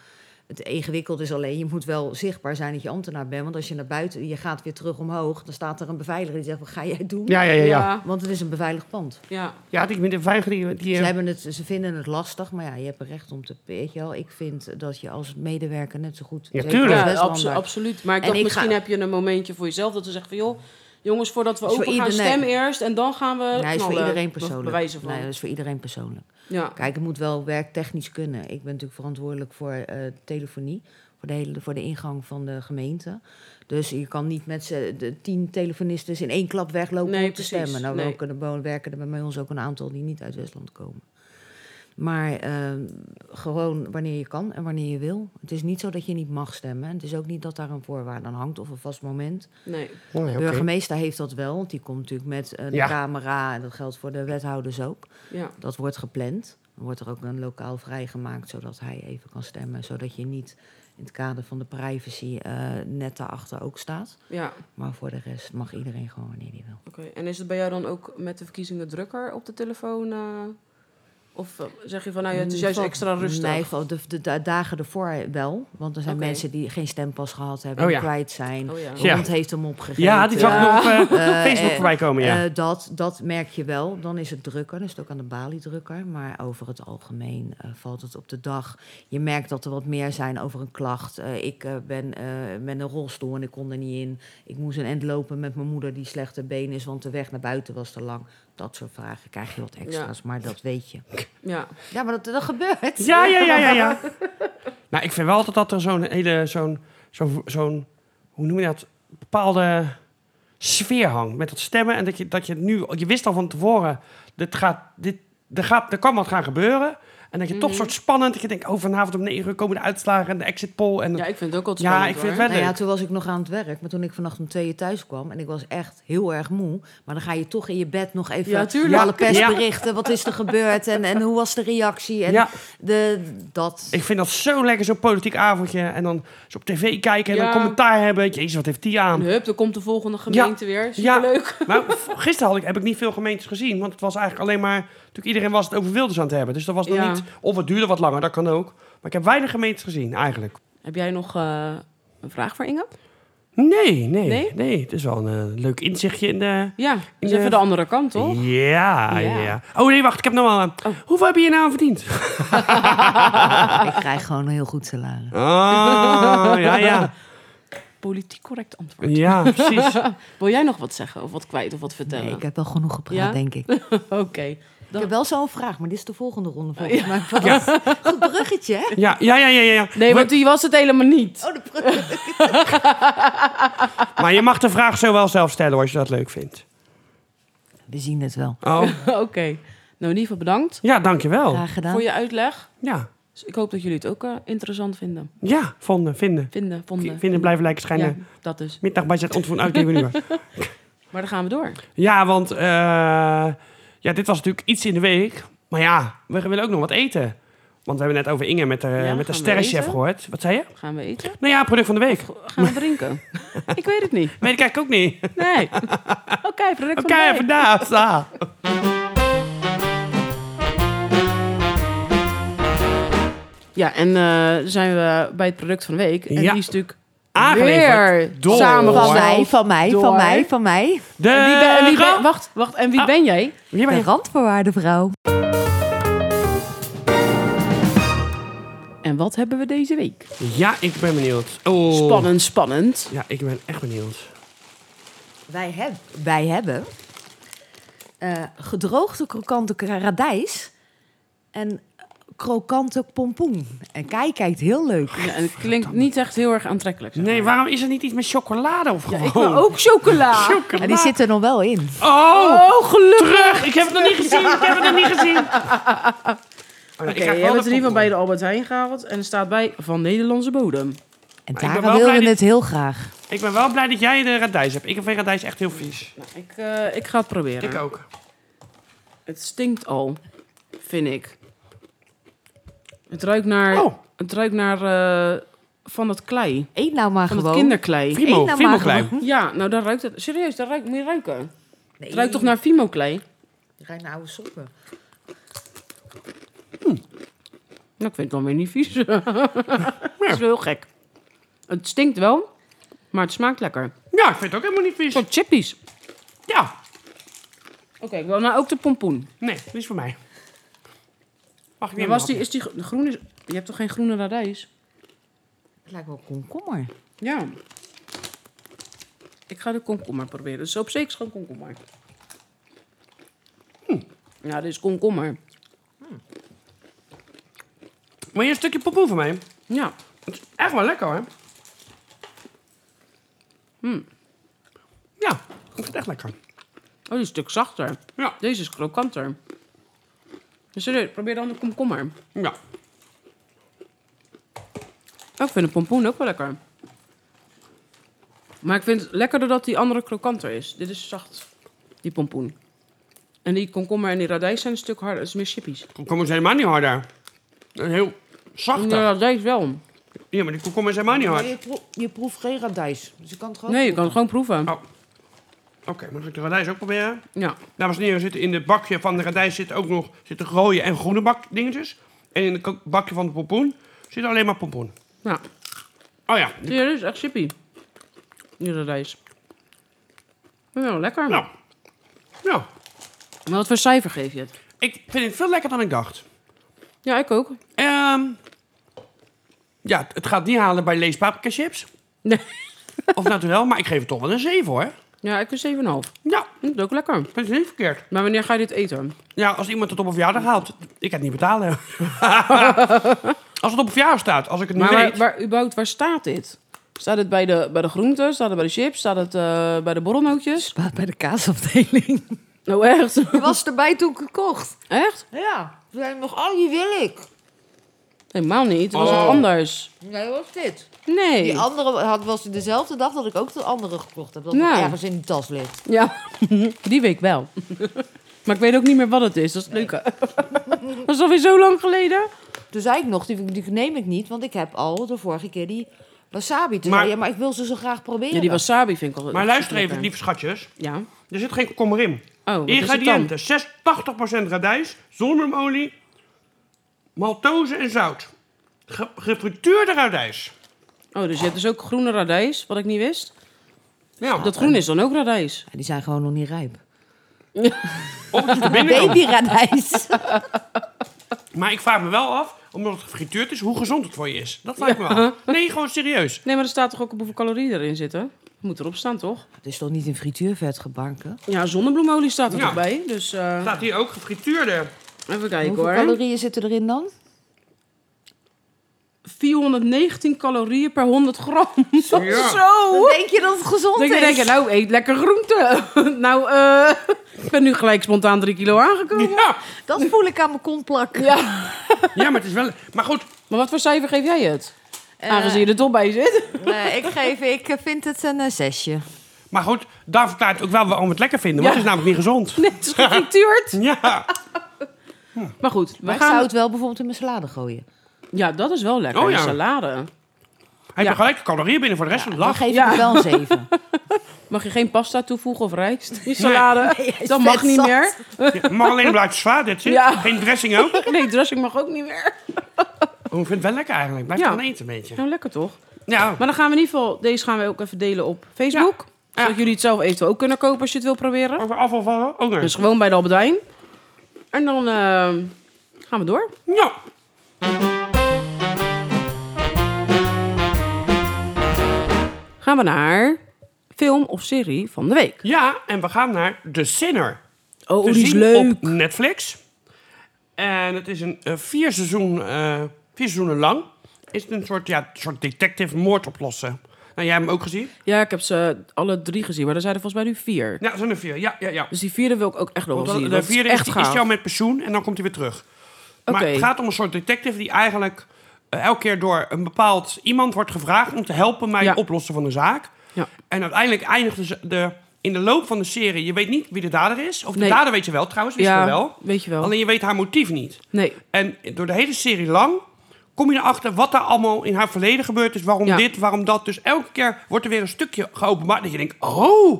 Het ingewikkeld is alleen, je moet wel zichtbaar zijn dat je ambtenaar bent. Want als je naar buiten, je gaat weer terug omhoog, dan staat er een beveiliger die zegt, wat ga jij doen? Ja, ja, ja. Ja, ja. Want het is een beveiligd pand. ja. ja die, die, vijf die, die, eh, Ze, hebben het, ze vinden het lastig, maar ja, je hebt er recht om te... Weet je wel, ik vind dat je als medewerker net zo goed... Ja, zeker tuurlijk. Ja, als abso- Westlander, absoluut. Maar ik En dacht, ik misschien ga- heb je een momentje voor jezelf dat ze zeggen van... joh, jongens, voordat we Is voor open gaan, iedereen- stem eerst... en dan gaan we Nee, is voor knallen. iedereen eh, Be- persoonlijk. Bewijzen van. Nee, dat is voor iedereen persoonlijk. ja. Kijk, het moet wel werktechnisch kunnen. Ik ben natuurlijk verantwoordelijk voor eh, telefonie, voor de, hele, voor de ingang van de gemeente. Dus je kan niet met z'n- de tien telefonisten in één klap weglopen Nee, om te precies. stemmen. Nou, Nee. we kunnen, wel- werken er bij ons ook een aantal die niet uit Westland komen. Maar eh, gewoon wanneer je kan en wanneer je wil. Het is niet zo dat je niet mag stemmen. Het is ook niet dat daar een voorwaarde aan hangt of een vast moment. Nee. Oh, ja, De oké. burgemeester heeft dat wel, want die komt natuurlijk met eh, de Ja. camera. En dat geldt voor de wethouders ook. Ja. Dat wordt gepland. Dan wordt er ook een lokaal vrijgemaakt, zodat hij even kan stemmen. Zodat je niet in het kader van de privacy eh, net daarachter ook staat. Ja. Maar voor de rest mag iedereen gewoon wanneer hij wil. Oké, en is het bij jou dan ook met de verkiezingen drukker op de telefoon? eh? Of eh, zeg je van, nou ja, het is juist Valt- extra rustig. Nee, valt de, de da- dagen ervoor eh, wel. Want er zijn Oké. mensen die geen stempas gehad hebben, Oh die ja. kwijt zijn. Oh ja. Hond Ja. heeft hem opgegeven. Ja, die zag ik Ja. nog eh, op Eh, Facebook eh, voorbij komen, ja. Eh, dat, dat merk je wel. Dan is het drukker. Dan is het ook aan de balie drukker. Maar over het algemeen eh, valt het op de dag. Je merkt dat er wat meer zijn over een klacht. Eh, ik eh, ben eh, met een rolstoel en ik kon er niet in. Ik moest een end lopen met mijn moeder die slechte been is, want de weg naar buiten was te lang. Dat soort vragen krijg je wat extra's, maar dat weet je. Ja. Ja, maar dat, dat gebeurt. Ja, ja, ja, ja, ja. nou, ik vind wel altijd dat er zo'n hele, zo'n, zo'n, zo'n, hoe noem je dat, bepaalde sfeer hangt met dat stemmen. En dat je, dat je nu, je wist al van tevoren, dit gaat, dit, er, gaat, er kan wat gaan gebeuren. En dat je toch soort spannend, dat je denkt, oh, vanavond om negen uur komen de uitslagen en de exit poll. En ja, ik vind het ook altijd Ja, spannend, ik vind het hoor. wel- Nou ja, leuk. toen was ik nog aan het werk, maar toen ik vannacht om twee uur thuis kwam en ik was echt heel erg moe. Maar dan ga je toch in je bed nog even Ja, tuurlijk. alle Ja. persberichten, wat is er gebeurd en, en hoe was de reactie en Ja. de, dat. Ik vind dat zo lekker, zo'n politiek avondje. En dan eens op tv kijken en Ja. dan commentaar hebben. Jezus, wat heeft die aan? En hup, dan komt de volgende gemeente weer. Superleuk. Nou, v- gisteren had ik, heb ik niet veel gemeentes gezien. Want het was eigenlijk alleen maar... Natuurlijk iedereen was het over Wilders aan het hebben. Dus dat was dan Ja. niet... Of het duurde wat langer, dat kan ook. Maar ik heb weinig gemeentes gezien, eigenlijk. Heb jij nog eh, een vraag voor Inge? Nee, nee, Nee? nee. Het is wel een eh, leuk inzichtje in de... Ja, dus Ja. even de andere kant, toch? Ja, Ja. Oh. ja, Oh nee, wacht, ik heb nog wel... een- Hoeveel heb je hier nou aan verdiend? Ik krijg gewoon een heel goed salaris. Oh, ja, ja. Politiek correct antwoord. Ja, precies. Wil jij nog wat zeggen of wat kwijt of wat vertellen? Nee, ik heb wel genoeg gepraat, Ja? denk ik. Ik Oké. Dan- heb wel zo'n vraag, maar dit is de volgende ronde volgens mij. Goed bruggetje, hè? Ja, ja, ja, ja. ja. Nee, want die was het helemaal niet. Oh, de brug. Maar je mag de vraag zo wel zelf stellen hoor, als je dat leuk vindt. We zien het wel. Oh. Oké. Nou, in ieder geval bedankt Ja, dankjewel. Graag gedaan. Oh. voor je uitleg. Ja, Dus ik hoop dat jullie het ook eh, interessant vinden. ja, vonden, vinden. Vinden, vonden. Vinden, blijven lijken, schijnen. Ja, dat dus. Middagbudget ontvoeren uit nieuwe uur. Maar dan gaan we door. Ja, want eh, ja, dit was natuurlijk iets in de week. Maar ja, we willen ook nog wat eten. Want we hebben net over Inge met de, Ja, met de gaan we sterrenchef eten? gehoord. Wat zei je? Gaan we eten? Nou ja, product van de week. Gaan we drinken? ik weet het niet. Weet ik eigenlijk ook niet. Nee. Oké, product Oké, van de week. vandaag. ah. Ja, en eh, zijn we bij het product van de week. En Ja. die is natuurlijk Aangeleverd weer door- Van Door. samengevat. mij, van mij, Door. van mij, van mij. De En wie ben, en wie ben- gra- wacht, wacht. En wie Ah. ben jij? Hier ben De je. randvoorwaardenvrouw. En wat hebben we deze week? Ja, ik ben benieuwd. Oh. Spannend, spannend. Ja, ik ben echt benieuwd. Wij, heb, wij hebben eh, gedroogde krokante radijs en krokante pompoen. En kijk, kijkt heel leuk. Ja, en het klinkt niet echt heel erg aantrekkelijk. zeg Nee, Oh. maar. waarom is er niet iets met chocolade of gewoon? Ik wil ook chocola. En die zit er nog wel in. Oh, Oh, gelukkig. terug! Ik heb het nog niet gezien. Ik heb het nog niet gezien. Oh, Oké, Oké, je hebt het in ieder geval bij de Albert Heijn gehaald. En er staat bij van Nederlandse bodem. En Maar ik ben Tara wel wilde blij dat- het heel graag. Ik ben wel blij dat jij de radijs hebt. Ik vind radijs echt heel vies. Nou, ik, eh, ik ga het proberen. Ik ook. Het stinkt al, vind ik. Het ruikt naar, Oh. het ruikt naar eh, van het klei. Eet nou maar Van het gewoon. kinderklei. Eet Fimo, nou Fimo maar klein. gewoon. Ja, nou daar ruikt het. Serieus, daar ruikt, moet je ruiken. Nee, Het ruikt toch naar Fimo klei? het ruikt naar oude sokken. Nou, ik vind het dan weer niet vies. Het is wel heel gek. Het stinkt wel, maar het smaakt lekker. Ja, ik vind het ook helemaal niet vies. Tot chippies. Ja, Oké, ik wil nou ook de pompoen. nee, die is voor mij. Mag ik Maar weer was die, een hapje? is die gro- de groene? is- Je hebt toch geen groene radijs? Het lijkt wel komkommer. Ja. Ik ga de komkommer proberen. Dus op zeker is gewoon komkommer. Hm. Ja, dit is komkommer. Wil je een stukje pompoen van mij? Ja. Oh, Het is echt wel lekker hoor. Hmm. Ja, ik vind het echt lekker. Oh, die is een stuk zachter. Ja, Deze is krokanter. Dus serieus, probeer dan de komkommer. ja. Oh, ik vind de pompoen ook wel lekker. Maar ik vind het lekkerder dat die andere krokanter is. Dit is zacht, die pompoen. En die komkommer en die radijs zijn een stuk harder. Het is meer chippies. Komkommer is helemaal niet harder. Dat is heel En zachter. die radijs wel. Ja, maar die komkommer is helemaal niet hard. je, proeft geen radijs. Dus je kan het gewoon Nee, je kan het gewoon proeven. Oh. Oké, maar dan ga ik de radijs ook proberen. Ja. Dames en heren, zitten in het bakje van de radijs zitten ook nog zitten rode en groene bak dingetjes. En in het ko- bakje van de pompoen zit alleen maar pompoen. Ja. Oh ja, Zie je, dit is echt chippy. Die radijs. Nou, lekker. nou. Nou, Maar wat voor cijfer geef je het? ik vind het veel lekker dan ik dacht. Ja, ik ook. Ehm, ja, het gaat niet halen bij Lees paprikachips. Nee. Of natuurlijk, maar ik geef het toch wel een 7 hoor. Ja, ik een 7,5. Ja, Hm, Dat is ook lekker. dat is niet verkeerd. Maar wanneer ga je dit eten? Ja, als iemand het op een verjaardag haalt, ik kan het niet betalen. als het op een verjaardag staat, als ik het niet Maar waar, weet. waar, überhaupt, waar staat dit? Staat het bij de, bij de groenten? Staat het bij de chips? Staat het eh, bij de borrelnootjes? Spaat bij de kaasafdeling. Oh, echt? Je was erbij toen ik het kocht. Echt? Ja. Toen zei ik nog, oh, die wil ik. Helemaal niet. Het was Oh. het anders. Nee, wat is dit? Nee. Die andere had, was dezelfde dag dat ik ook de andere gekocht heb. Dat Nou. het ergens in die tas ligt. Ja, die week wel. maar ik weet ook niet meer wat het is. Dat is het leuke. dat is alweer zo lang geleden. Toen zei ik nog, die, die neem ik niet, want ik heb al de vorige keer die wasabi. Toen Maar- zei je, maar ik wil ze zo graag proberen. Ja, die wasabi vind ik al Maar luister even, lekker. lieve schatjes. Ja. Er zit geen komkommer in. Oh, wat is het dan? Ingrediënten: 6, 80% radijs, zonnebloemolie, maltose en zout. Ge gefrituurde radijs. Oh, dus je hebt dus ook groene radijs, wat ik niet wist. Ja, Dat groen is dan ook radijs. Ja, die zijn gewoon nog niet rijp. of het is de binnenkant. Babyradijs. Maar ik vraag me wel af, omdat het gefrituurd is, hoe gezond het voor je is. Dat vraag ik me af. Nee, gewoon serieus. Nee, maar er staat toch ook op hoeveel calorieën erin zitten? Moet erop staan, toch? Het is toch niet in frituurvet gebanken? Ja, zonnebloemolie staat er Ja. toch bij. Dus eh, Staat hier ook gefrituurde. even kijken Hoeveel hoor. calorieën zitten erin dan? 419 calorieën per 100 gram. Ja. Zo! denk je dat het gezond Dan denk je, nou, eet lekker groente. nou, eh, ik ben nu gelijk spontaan 3 kilo aangekomen. Ja. Dat voel ik aan mijn kont plakken. ja, maar het is wel. Maar goed, Maar wat voor cijfer geef jij het? Eh, Aangezien je er toch bij zit. eh, ik geef, ik eh, vind het een eh, zesje. maar goed, daar verklaart ook wel waarom we het lekker vinden. Want Ja. het is namelijk niet gezond. Nee, het is gefrituurd. Ja. Maar goed, we Maar ik gaan... zou het wel bijvoorbeeld in mijn salade gooien. Ja, dat is wel lekker. Oh, ja. Een salade. Hij Ja. heeft gelijk calorieën binnen voor de rest van de Dan dag. geef Ja. ik het wel een zeven. Mag je geen pasta toevoegen of rijst? Die salade. is dat mag vet niet zat. meer. Ja, mag alleen blaadjes sla, dit zit. Ja. Geen dressing ook. Nee, dressing mag ook niet meer. Oh, ik vind het wel lekker eigenlijk. Blijf Ja. gewoon eten een beetje. Nou, lekker toch? Ja. Maar dan gaan we in ieder geval... Deze gaan we ook even delen op Facebook. Zodat jullie het zelf eventueel ook kunnen kopen als je het wil proberen. Over afvalvallen, ook Dus nog. gewoon bij de Albert Heijn. En dan eh, gaan we door. Ja. Gaan we naar film of serie van de week. ja, en we gaan naar The Sinner. Oh, Te die is zien leuk. op Netflix. En het is een eh, vier, seizoen, eh, vier seizoenen lang. Is het een soort, ja, soort detective moord oplossen. Nou, jij hebt hem ook gezien? Ja, ik heb ze alle drie gezien, maar er zijn er volgens mij nu vier. Ja, er zijn er vier. Ja, ja, ja. Dus die vierde wil ik ook echt nog Want wel zien. de dat vierde is is, echt die- gaaf. is jou met pensioen en dan komt hij weer terug. Maar Oké. het gaat om een soort detective die eigenlijk eh, elke keer door een bepaald iemand wordt gevraagd om te helpen bij Ja. het oplossen van een zaak. Ja. En uiteindelijk eindigt de, de, in de loop van de serie, je weet niet wie de dader is. Of de Nee. dader weet je wel trouwens, wist ja, je wel. weet je wel. Alleen je weet haar motief niet. Nee, En door de hele serie lang kom je erachter wat er allemaal in haar verleden gebeurd is. Waarom Ja. dit, waarom dat. Dus elke keer wordt er weer een stukje geopenbaard. Dat je denkt, oh...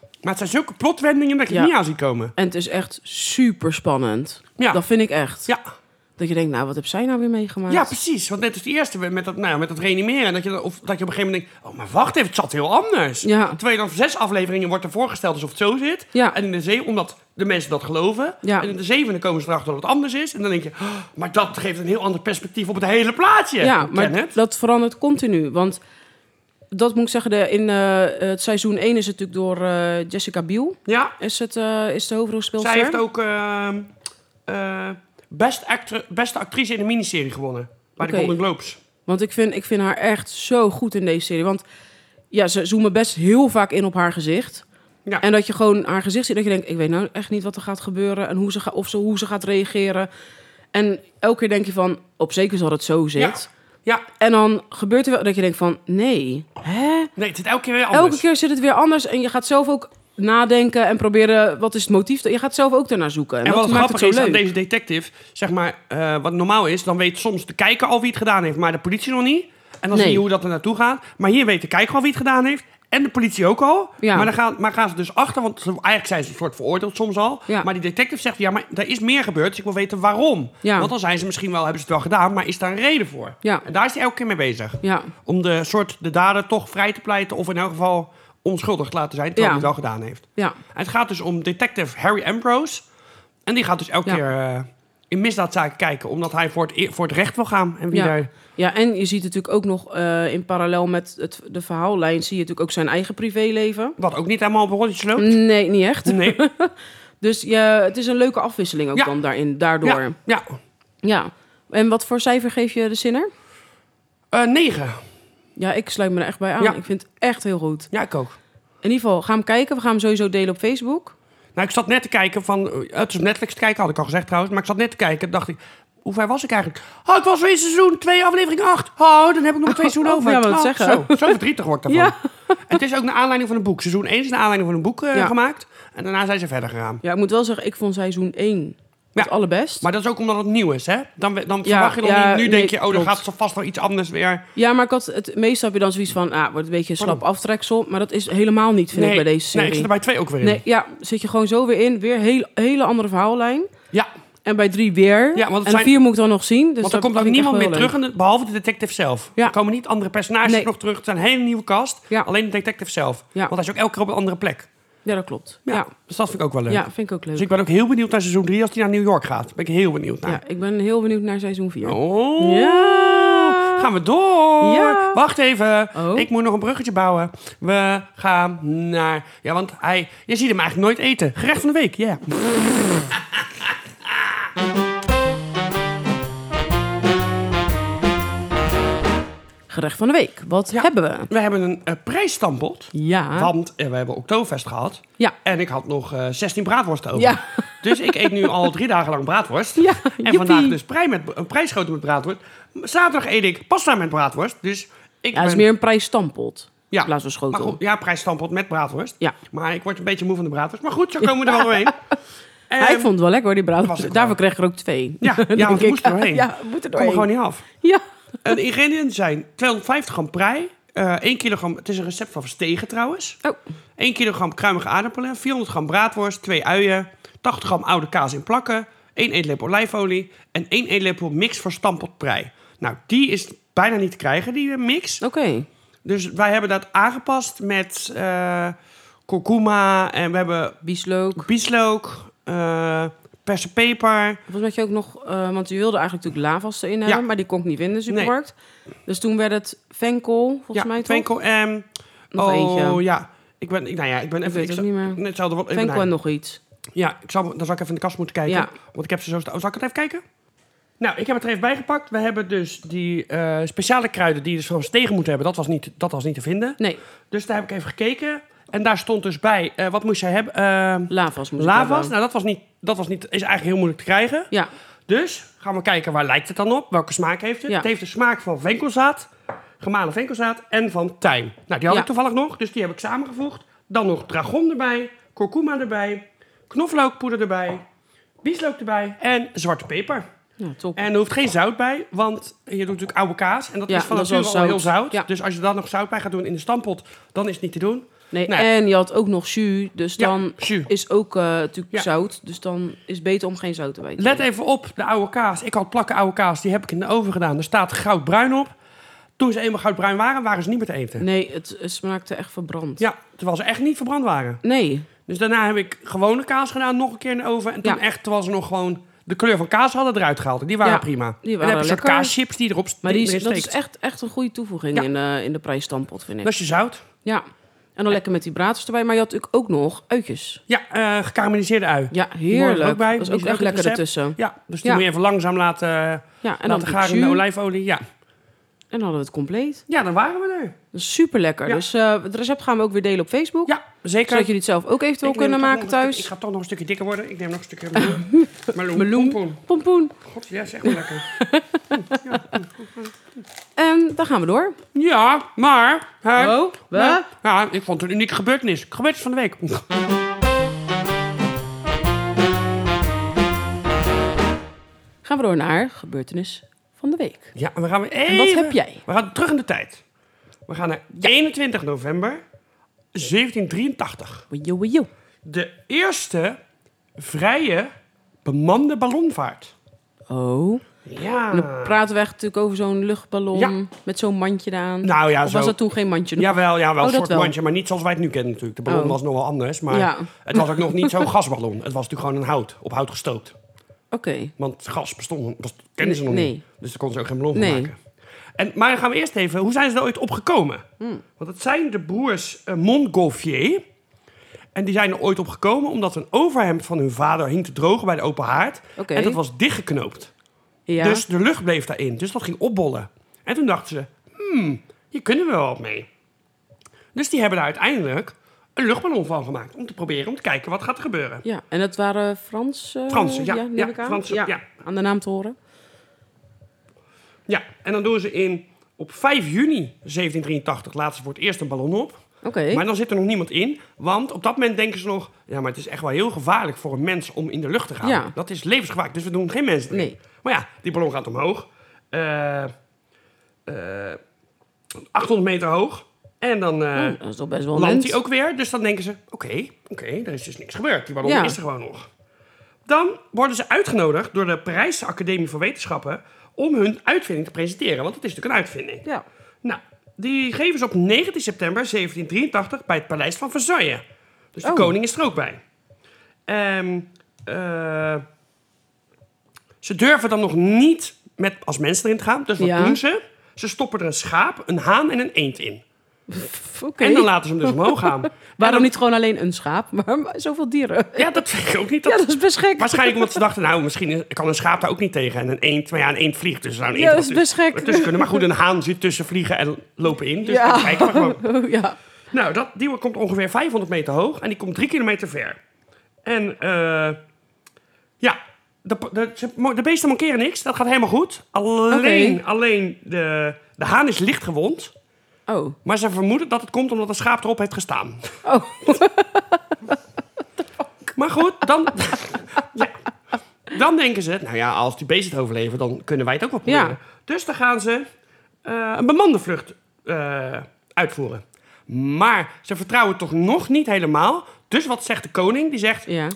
Maar het zijn zulke plotwendingen dat je Ja. het niet aan ziet komen. en het is echt super spannend. Ja. Dat vind ik echt. Ja. Dat je denkt, nou, wat heb zij nou weer meegemaakt? Ja, precies. Want net als de eerste met dat, nou, ja, met dat reanimeren. Dat je, dan- of dat je op een gegeven moment denkt, oh, maar wacht even, het zat heel anders. Ja. Terwijl je dan zes afleveringen wordt er voorgesteld alsof het zo zit. Ja. En in de zee, omdat de mensen dat geloven. Ja. En in de zevende komen ze erachter dat het anders is. En dan denk je, oh, maar dat geeft een heel ander perspectief op het hele plaatje. Ja, maar Kenneth. dat verandert continu. Want dat moet ik zeggen, de, in eh, het seizoen 1 is het natuurlijk door eh, Jessica Biel. Ja, Is, het, eh, is de hoofdrolspeelster. zij heeft ook ehm, eh, best actri- beste actrice in een miniserie gewonnen. Bij Oké. de Golden Globes. Want ik vind, ik vind haar echt zo goed in deze serie. Want ja, ze zoomen best heel vaak in op haar gezicht. Ja. En dat je gewoon haar gezicht ziet. Dat je denkt, ik weet nou echt niet wat er gaat gebeuren. En hoe ze, ga, of ze, hoe ze gaat reageren. En elke keer denk je van, op zeker zal het zo zit. Ja, En dan gebeurt er wel dat je denkt van, nee. Hè? nee, het zit elke keer weer anders. Elke keer zit het weer anders. En je gaat zelf ook nadenken en proberen, wat is het motief? Je gaat zelf ook ernaar zoeken. En, En dat wat maakt grappig het zo is aan leuk. deze detective, zeg maar, eh, wat normaal is, dan weet soms de kijker al wie het gedaan heeft, maar de politie nog niet. En dan Nee. zie je hoe dat er naartoe gaat. Maar hier weet de kijker al wie het gedaan heeft. En de politie ook al. Ja. Maar, dan gaan, maar gaan ze dus achter, want ze- eigenlijk zijn ze een soort veroordeeld soms al. Ja. Maar die detective zegt, ja, maar er is meer gebeurd, dus ik wil weten waarom. Ja. Want dan zijn ze misschien wel, hebben ze het wel gedaan, maar is daar een reden voor? Ja. En daar is hij elke keer mee bezig. Ja. Om de soort, de dader toch vrij te pleiten, of in elk geval onschuldig te laten zijn, terwijl Ja. hij het wel gedaan heeft. Ja. En het gaat dus om detective Harry Ambrose. En die gaat dus elke Ja. keer eh, in misdaadzaken kijken, omdat hij voor het, e- voor het recht wil gaan. En wie Ja. daar... ja, en je ziet natuurlijk ook nog eh, in parallel met het, de verhaallijn... zie je natuurlijk ook zijn eigen privéleven. Wat ook niet helemaal op een rolletje loopt. Nee, niet echt. Nee. Dus je, het is een leuke afwisseling ook Ja. dan daarin, daardoor. Ja, Ja. ja. En wat voor cijfer geef je de zinner? Eh, negen. Ja, ik sluit me er echt bij aan. Ja. Ik vind het echt heel goed. Ja, ik ook. In ieder geval, ga hem kijken. We gaan hem sowieso delen op Facebook. Nou, ik zat net te kijken van... eh, Het is op Netflix te kijken, had ik al gezegd trouwens. Maar ik zat net te kijken, dacht ik... Hoe ver was ik eigenlijk? Oh, ik was weer in seizoen 2, aflevering 8. Oh, dan heb ik nog twee seizoenen oh, over. ja, wou het Oh, zeggen. Zo, zo verdrietig word ik daarvan. Ja. En het is ook naar aanleiding van een boek. Seizoen 1 is naar aanleiding van een boek eh, Ja. gemaakt. En daarna zijn ze verder gegaan. Ja, ik moet wel zeggen, ik vond seizoen 1 het Ja. allerbest. Maar dat is ook omdat het nieuw is, hè? Dan, we- dan Ja, verwacht je nog ja, niet. Nu nee, denk je, oh, dan klopt. gaat ze vast wel iets anders weer. Ja, maar ik had het, meestal heb je dan zoiets van, ah, wordt een beetje een slap aftreksel. Maar dat is helemaal niet, vind ik, bij deze nee, serie. ik zit er bij twee ook weer in. Nee, ja, zit je gewoon zo weer in. Weer heel, hele andere verhaallijn. Ja, En bij drie weer. Ja, want het en zijn- vier moet ik dan nog zien. Dus want er dat komt ook vind ik echt niemand meer wel heel terug, in de- behalve de detective zelf. Ja. Er komen niet andere personages Nee. nog terug. Het is een hele nieuwe cast. Ja. Alleen de detective zelf. Ja. Want hij is ook elke keer op een andere plek. leuk. Ja, dat klopt. Ja, Ja. ja. Dus dat vind ik ook wel leuk. vind ik ook leuk. Dus ik ben ook heel benieuwd naar seizoen 3 als die naar New York gaat. Ben ik heel benieuwd naar. Ja, ik ben heel benieuwd naar seizoen 4. Oh, Ja. gaan we door. Ja. Wacht even, Oh. ik moet nog een bruggetje bouwen. We gaan naar... Ja, want hij... Je ziet hem eigenlijk nooit eten. Gerecht van de week, ja. Gerecht van de week. Wat hebben we? We hebben een eh, prijsstampot. Ja. Want eh, we hebben Oktoberfest gehad. Ja. En ik had nog eh 16 braadworsten over. Ja. Dus ik eet nu al drie dagen lang braadworst. Ja, en joepie. vandaag dus prij met, een prijsgoten met braadworst. Zaterdag eet ik pasta met braadworst. Dus ik Ja, het is ben- meer een prijsstampot. Ja. In plaats van schotel. Maar goed, ja, prijsstampot met braadworst. Ja. Maar ik word een beetje moe van de braadworst. Maar goed, zo komen we er wel doorheen. Ehm, En- Hij vond het wel lekker hoor, die was braadworst. het Daarvoor wel. kreeg ik er ook twee. Ja, Denk ja ik. want het moest er doorheen. Ja, het moet er Kom doorheen. er gewoon niet af. Ja. Eh, de ingrediënten zijn 250 gram prei, eh 1 kilogram... Het is een recept van Verstegen trouwens. Oh, 1 kilogram kruimige aardappelen, 400 gram braadworst, 2 uien, 80 gram oude kaas in plakken, 1 eetlepel olijfolie en 1 eetlepel mix voor stampot prei. Nou, die is bijna niet te krijgen, die eh, mix. oké. Dus wij hebben dat aangepast met eh kurkuma en we hebben Bieslook. bieslook, eh persen peper. Volgens mij had je ook nog... eh, want je wilde eigenlijk natuurlijk lavas erin hebben, maar die kon ik niet vinden in de Nee. supermarkt. Dus toen werd het venkel, volgens mij ja, toch? venkel en... Nog oh, eentje. ja. Ik ben, ik- nou ja, ik ben even... weet het zal- ook niet meer. Nee, het zal er wel even Venkel naar- en nog iets. Ja, ik zal, dan zal ik even in de kast moeten kijken. Ja. Want ik heb ze zo... sta- Oh, zal ik het even kijken? Nou, ik heb het er even bijgepakt. We hebben dus die eh, speciale kruiden die je dus van tegen moeten hebben. Dat was, niet, dat was niet te vinden. Nee, Dus daar heb ik even gekeken. En daar stond dus bij, eh, wat moest jij hebben? Eh, lavas moest ik lavas. hebben. Nou, dat, was niet, dat was niet, is eigenlijk heel moeilijk te krijgen. Ja, Dus gaan we kijken, waar lijkt het dan op? Welke smaak heeft het? Ja. Het heeft de smaak van venkelzaad, gemalen venkelzaad en van tijm. Nou, die had Ja. ik toevallig nog, dus die heb ik samengevoegd. Dan nog dragon erbij, kurkuma erbij, knoflookpoeder erbij, bieslook erbij en zwarte peper. ja Nou, top. En er hoeft geen zout bij, want je doet natuurlijk oude kaas. En dat Ja, is van dat is wel nature al heel zout. zout. Ja. Dus als je daar nog zout bij gaat doen in de stampot, dan is het niet te doen. Nee, Nou ja. en je had ook nog jus, dus Ja, dan jus. is ook eh, natuurlijk Ja. zout. Dus dan is het beter om geen zout erbij te Let doen. even op, de oude kaas. Ik had plakken oude kaas, die heb ik in de oven gedaan. Er staat goudbruin op. Toen ze eenmaal goudbruin waren, waren ze niet meer te eten. Nee, het, het smaakte echt verbrand. Ja, terwijl ze echt niet verbrand waren. Nee, Dus daarna heb ik gewone kaas gedaan, nog een keer in de oven. En toen Ja. echt, terwijl ze nog gewoon de kleur van kaas hadden eruit gehaald. En Die waren Ja, prima. die en dan heb waren je een soort lekker. kaaschips die erop maar die is, erin dat is steekt. echt, echt een goede toevoeging Ja. in, eh, in de prijsstampot, vind ik. Dat is je zout. Ja, en dan lekker met die braadworst erbij. Maar je had natuurlijk ook nog uitjes. Ja, eh gekarameliseerde ui. Ja, Die horen er heerlijk. ook bij. Dat is Die ook is echt ook in het lekker recept. Nou, ertussen. Ja, dus die Ja. moet je even langzaam laten, Ja, en dan, laten die garen in de jus. olijfolie. Ja. en dan hadden we het compleet. ja, dan waren we er. Dat is super lekker. Ja. Dus eh, het recept gaan we ook weer delen op Facebook. Ja, zeker. Zodat jullie het zelf ook eventueel Ik neem kunnen toch maken nog een thuis. stuk- Ik ga toch nog een stukje dikker worden. Ik neem nog een stukje meloen. meloen. Meloen. pompoen. Pompoen. God, ja, zeg maar lekker. En dan gaan we door. Ja, maar... hè, Oh, we? hè, Ja, ik vond het een unieke gebeurtenis. Gebeurtenis van de week. Gaan we door naar gebeurtenis van de week. Ja, en we gaan weer wat even- heb jij? We gaan terug in de tijd. We gaan naar 21 november 1783. Woejoe, woejoe. De eerste vrije bemande ballonvaart. Oh. Ja. En dan praten we echt natuurlijk over zo'n luchtballon Eh. Ja. met zo'n mandje eraan. Nou ja, of zo. was dat toen geen mandje? Jawel, jawel, Oh, een dat soort wel. mandje, maar niet zoals wij het nu kennen natuurlijk. De ballon Oh. was nog wel anders, maar Ja. het was ook nog niet zo'n gasballon. Het was natuurlijk gewoon een hout, op hout gestookt. Oké. Want gas bestond, best- kenden ze nog Nee. niet. Dus daar konden ze ook geen ballon van Nee. maken. En, maar dan gaan we eerst even, hoe zijn ze er ooit opgekomen? Hmm. Want het zijn de broers eh, Montgolfier. En die zijn er ooit op gekomen omdat een overhemd van hun vader hing te drogen bij de open haard. Oké. En dat was dichtgeknoopt. Ja. Dus de lucht bleef daarin. Dus dat ging opbollen. En toen dachten ze, hmm, hier kunnen we wel wat mee. Dus die hebben daar uiteindelijk een luchtballon van gemaakt. Om te proberen, om te kijken wat gaat er gebeuren. ja. En dat waren Fransen? Fransen, ja. neem Ja, ik aan. Fransen, ja. Aan de naam te horen. Ja, en dan doen ze in, op 5 juni 1783 laten ze voor het eerst een ballon op. Oké. Maar dan zit er nog niemand in. Want op dat moment denken ze nog, ja, maar het is echt wel heel gevaarlijk voor een mens om in de lucht te gaan. Ja. Dat is levensgevaarlijk, dus we doen geen mensen erin. Nee. Maar ja, die ballon gaat omhoog. Eh, eh, 800 meter hoog. En dan eh, Oh, dat is toch best wel een landt mens. hij ook weer. Dus dan denken ze, oké, oké, er is dus niks gebeurd. Die ballon Ja. is er gewoon nog. Dan worden ze uitgenodigd door de Parijse Academie voor Wetenschappen... om hun uitvinding te presenteren. Want het is natuurlijk een uitvinding. Ja. Nou, die geven ze op 19 september 1783 bij het paleis van Versailles. Dus de Oh. koning is er ook bij. Ehm, eh, ze durven dan nog niet met, als mensen erin te gaan. Dus wat Ja. doen ze? Ze stoppen er een schaap, een haan en een eend in. Pff, Oké. En dan laten ze hem dus omhoog gaan. En Waarom dan- niet gewoon alleen een schaap, maar maar zoveel dieren? Ja, dat vind ik ook niet. Ja, Dat... dat is best gek. Waarschijnlijk omdat ze dachten, nou, misschien kan een schaap daar ook niet tegen. En een eend, maar ja, een eend vliegt dus. zou Een eend Ja, dat wel is tussen- best gek. ertussen kunnen. Maar goed, een haan zit tussen vliegen en lopen in. Dus Ja. dan kijken we gewoon. Oh, ja. Nou, dat, die komt ongeveer 500 meter hoog en die komt 3 kilometer ver. En eh ja, de, de, ze- de beesten mankeren niks, dat gaat helemaal goed. Alleen, alleen de, de haan is licht gewond, Oh. maar ze vermoeden dat het komt omdat een schaap erop heeft gestaan. Oh. Maar goed, dan, ja, dan denken ze, nou ja, als die beesten het overleven, dan kunnen wij het ook wel proberen. Ja. Dus dan gaan ze eh, een bemande vlucht eh, uitvoeren. Maar ze vertrouwen toch nog niet helemaal. Dus wat zegt de koning? Die zegt, Ja.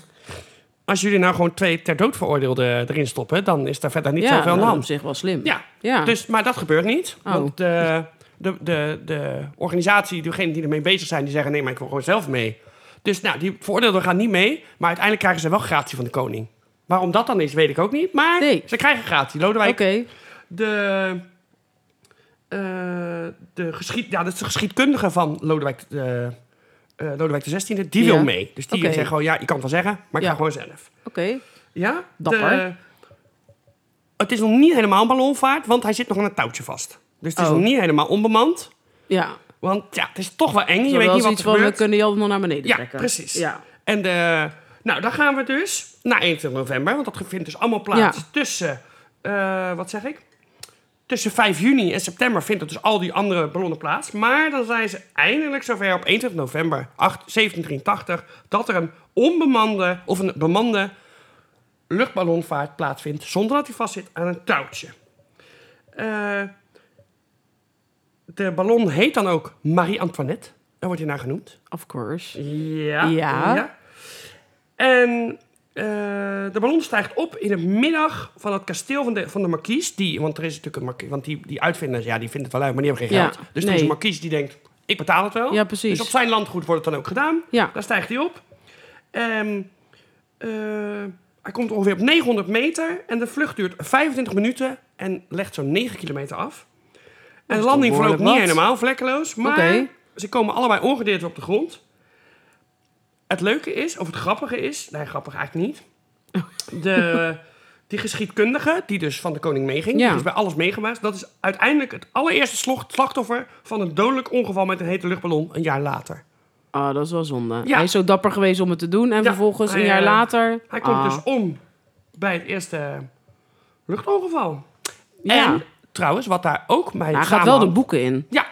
als jullie nou gewoon twee ter dood veroordeelden erin stoppen, dan is daar verder niet ja, zoveel aan de dat is op hand. zich wel slim. Ja. Ja. Dus, maar dat gebeurt niet. Ah. Oh. Want de, de, de, de organisatie, degenen die ermee bezig zijn, die zeggen: nee, maar ik wil gewoon zelf mee. Dus nou, die veroordeelden gaan niet mee. Maar uiteindelijk krijgen ze wel gratie van de koning. Waarom dat dan is, weet ik ook niet. Maar Nee. ze krijgen gratie. Oké. Lodewijk, de, eh, de, geschied, ja, dat is de geschiedkundige van Lodewijk, de, eh Lodewijk XVI, die Ja. wil mee. Dus die Oké. zegt gewoon: ja, je kan het wel zeggen, maar ik Ja. ga gewoon zelf. Oké. Ja? Dapper. de- het is nog niet helemaal een ballonvaart, want hij zit nog aan een touwtje vast. Dus het is Oh. nog niet helemaal onbemand. Ja. Want ja, het is toch wel eng. Je Zowel weet niet als wat iets er van, we gebeurt. kunnen je allemaal naar beneden Ja, trekken. precies. Ja. En de, nou, dan gaan we dus naar 21 november. Want dat vindt dus allemaal plaats Ja. tussen, eh, wat zeg ik? Tussen 5 juni en september vindt het dus al die andere ballonnen plaats. Maar dan zijn ze eindelijk zover op 21 november 8, 1783 dat er een onbemande of een bemande luchtballonvaart plaatsvindt zonder dat hij vastzit aan een touwtje. Eh, de ballon heet dan ook Marie-Antoinette. Daar wordt hij naar genoemd. Of course. Ja. Ja. En eh, de ballon stijgt op in de middag van het kasteel van de, van de markies. Die, want er is natuurlijk een markies, want die, die uitvinders, ja, die vindt het wel leuk, maar die hebben geen Ja, geld. Dus er nee. is een markies die denkt, ik betaal het wel. Ja, precies. Dus op zijn landgoed wordt het dan ook gedaan. Ja. Daar stijgt hij op. Ehm, eh, hij komt ongeveer op 900 meter en de vlucht duurt 25 minuten en legt zo'n 9 kilometer af. En de toch landing verloopt niet behoorlijk wat. helemaal vlekkeloos, maar Oké. ze komen allebei ongedeerd op de grond. Het leuke is, of het grappige is, nee, grappig eigenlijk niet. De, die geschiedkundige, die dus van de koning meeging, Ja. die is bij alles meegemaakt. Dat is uiteindelijk het allereerste slog- slachtoffer van een dodelijk ongeval met een hete luchtballon een jaar later. Ah, dat is wel zonde. Ja. Hij is zo dapper geweest om het te doen. En Ja, vervolgens, een hij, jaar eh, later... Hij komt Ah. dus om bij het eerste luchtongeval. Ja. En trouwens, wat daar ook mee hij gaat wel samenhangt- de boeken in. Ja,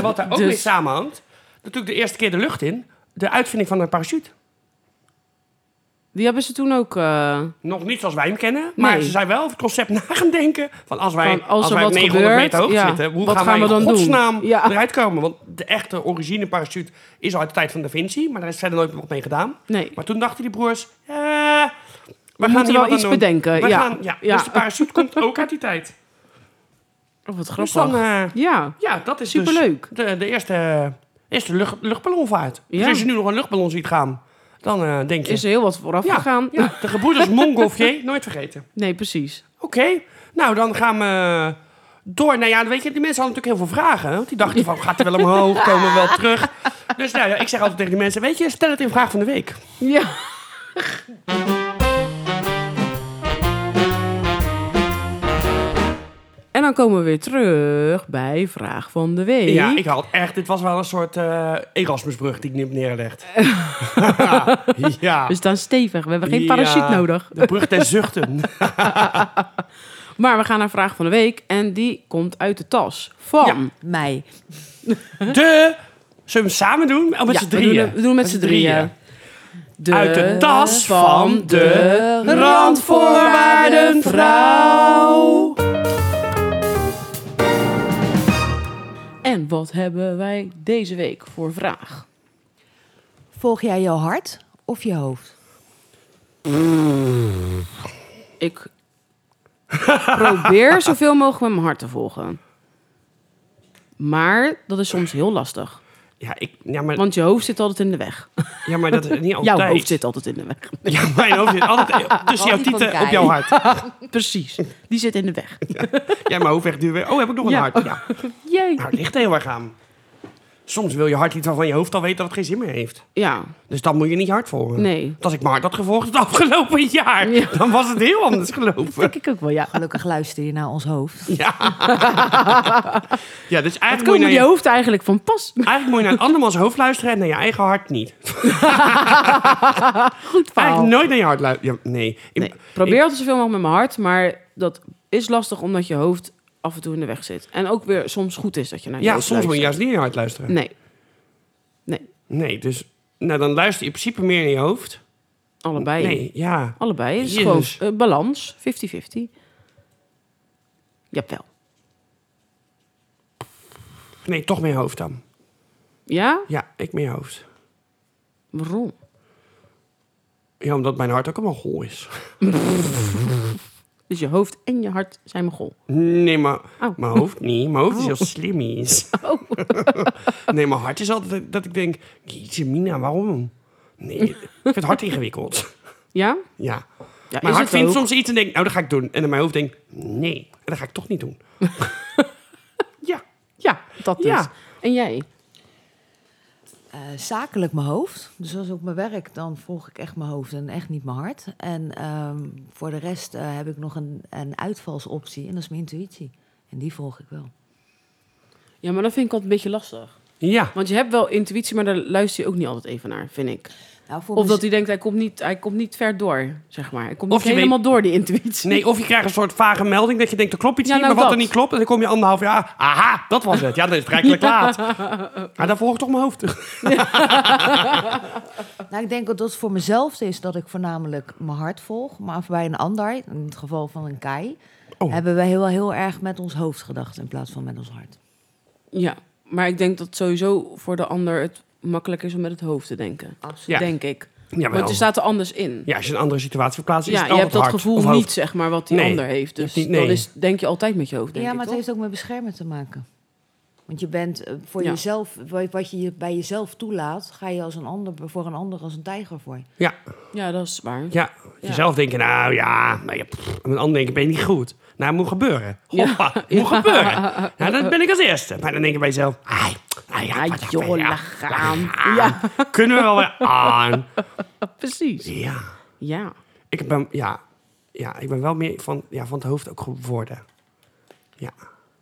wat daar ook Dus- mee samenhangt. Natuurlijk de eerste keer de lucht in. De uitvinding van een parachute. Die hebben ze toen ook... eh, Nog niet zoals wij hem kennen, maar Nee. ze zijn wel over het concept na gaan denken. Van als wij, Van als als er wij op wat 900 meter hoog gebeurt, ja, zitten, hoe wat gaan, gaan wij we in dan doen? godsnaam Ja. eruit komen? Want de echte origine parachute is al uit de tijd van Da Vinci, maar daar is verder nooit wat mee gedaan. nee, Maar toen dachten die broers, eh, we, gaan moeten hier wel wat aan iets doen. bedenken, We ja. Gaan, ja. Ja. Dus de parachute komt ook uit die tijd. oh, wat Dus grappig. dan, eh, ja, ja, dat is Superleuk. Dus de, de eerste, eerste lucht, luchtballonvaart. Ja. Dus als je nu nog een luchtballon ziet gaan, dan eh, denk je... is er heel wat vooraf ja, gegaan. ja, de gebroeders Montgolfier, nooit vergeten. Nee, precies. Oké, nou dan gaan we door. Nou ja, weet je, die mensen hadden natuurlijk heel veel vragen. Want die dachten van, gaat hij wel omhoog, komen we wel terug? Dus nou ja, ik zeg altijd tegen die mensen, weet je, stel het in vraag van de week. Ja. En dan komen we weer terug bij Vraag van de Week. Ja, ik had echt, dit was wel een soort eh, Erasmusbrug die ik niet neerlegd. ja. We staan stevig, we hebben Dus geen parachute Ja, nodig. De brug der zuchten. Maar we gaan naar Vraag van de Week en die komt uit de tas van... Ja. Mij. De, zullen we hem samen doen? Oh, met Ja, z'n we doen drieën. hem- we doen hem met z'n drieën. De Uit de tas van de randvoorwaardenvrouw. En wat hebben wij deze week voor vraag? Volg jij je hart of je hoofd? Ik probeer zoveel mogelijk met mijn hart te volgen. Maar dat is soms heel lastig. Ja, ik, ja, maar, Want je hoofd zit altijd in de weg. ja, maar dat is niet altijd. Jouw hoofd zit altijd in de weg. Ja, mijn hoofd zit altijd tussen jouw die van tieten op Kei. jouw hart. Precies. Die zit in de weg. Ja, mijn hoofd echt duur weer. Oh, heb ik nog een Ja. hart? Ja. Jee. Nou, het ligt er heel erg aan. Soms wil je hart iets waarvan je hoofd al weet dat het geen zin meer heeft. Ja, Dus dan moet je niet je hart volgen. nee. Want Als ik mijn hart had gevolgd het afgelopen jaar, Ja. dan was het heel anders gelopen. Denk ik ook wel, ja. Gelukkig luister je naar ons hoofd. Ja. ja, dus Het eigenlijk komt moet, je met naar je je, hoofd eigenlijk van pas. eigenlijk moet je naar een andermans hoofd luisteren en naar je eigen hart niet. Goed verhaal. Eigenlijk nooit naar je hart luisteren. Ja, nee. Ik- Nee, probeer altijd zoveel mogelijk met mijn hart. Maar dat is lastig omdat je hoofd af en toe in de weg zit. En ook weer soms goed is dat je naar je ja, hoofd soms moet je luistert. juist niet naar je hart luisteren. Nee, Nee, dus nou, dan luister je in principe meer naar je hoofd. allebei. Nee, ja. Allebei. Het is gewoon Jezus. eh, balans. 50-50. Jawel. Nee, toch meer hoofd dan. Ja? Ja, ik meer hoofd. Waarom? Ja, omdat mijn hart ook allemaal hol is. Dus je hoofd en je hart zijn mogol. Nee, maar Oh. mijn hoofd niet. Mijn hoofd is heel slimmies. nee, mijn hart is altijd dat- dat ik denk... Jeetje, Mina, waarom? Nee, ik vind het hart ingewikkeld. Ja? ja Ja. Mijn is hart het vindt ook. soms iets en denkt, nou, dat ga ik doen. En dan mijn hoofd denkt, nee, dat ga ik toch niet doen. ja. Ja, dat Ja. dus. En jij? Eh, zakelijk mijn hoofd. Dus als op mijn werk, dan volg ik echt mijn hoofd en echt niet mijn hart. En ehm, voor de rest eh, heb ik nog een, een uitvalsoptie en dat is mijn intuïtie. En die volg ik wel. Ja, maar dat vind ik altijd een beetje lastig. Ja. Want je hebt wel intuïtie, maar daar luister je ook niet altijd even naar, vind ik. Nou, voor Of mez- dat hij denkt, hij komt niet, hij komt niet ver door, zeg maar. Hij komt dus- Of niet je weet- helemaal door, die intuïtie. Nee, of je krijgt een soort vage melding dat je denkt, er klopt iets Ja, niet. nou maar wat dat. er niet klopt, en dan kom je anderhalf jaar... Aha, dat was het. Ja, dan is het rijkelijk laat. Maar dan volg ik toch mijn hoofd. nou, ik denk dat het voor mezelf is dat ik voornamelijk mijn hart volg. Maar bij een ander, in het geval van een kei, Oh. hebben we heel, heel erg met ons hoofd gedacht in plaats van met ons hart. Ja, maar ik denk dat sowieso voor de ander het makkelijk is om met het hoofd te denken. Ja. Absoluut. Denk ik. Ja, Want je staat er anders in. Ja, als je een andere situatie verplaatst, is Ja, het je hebt dat altijd hard of gevoel hoofd. niet, zeg maar, wat die Nee, ander heeft. je hebt Dus niet- nee. dan is, denk je altijd met je hoofd, Ja, denk maar ik, het toch? heeft ook met beschermen te maken. Want je bent eh, voor Ja. jezelf, wa- wat je je bij jezelf toelaat, ga je als een ander, voor een ander als een tijger voor. Ja, Ja, dat is waar. ja. jezelf denken, nou ja, nou ja pff, en met anderen denken, ben je niet goed. Nou, het moet gebeuren. Ja. Hoppa, het moet gebeuren. Nou, dat ben ik als eerste. Maar dan denk je bij jezelf, ai, nou ja, Ah, wat ja, joh, ja, lach aan. aan. Ja, Kunnen we wel weer aan. precies. Ja, Ja. ik ben, ja, ja, ik ben wel meer van, ja, van het hoofd ook geworden. Ja,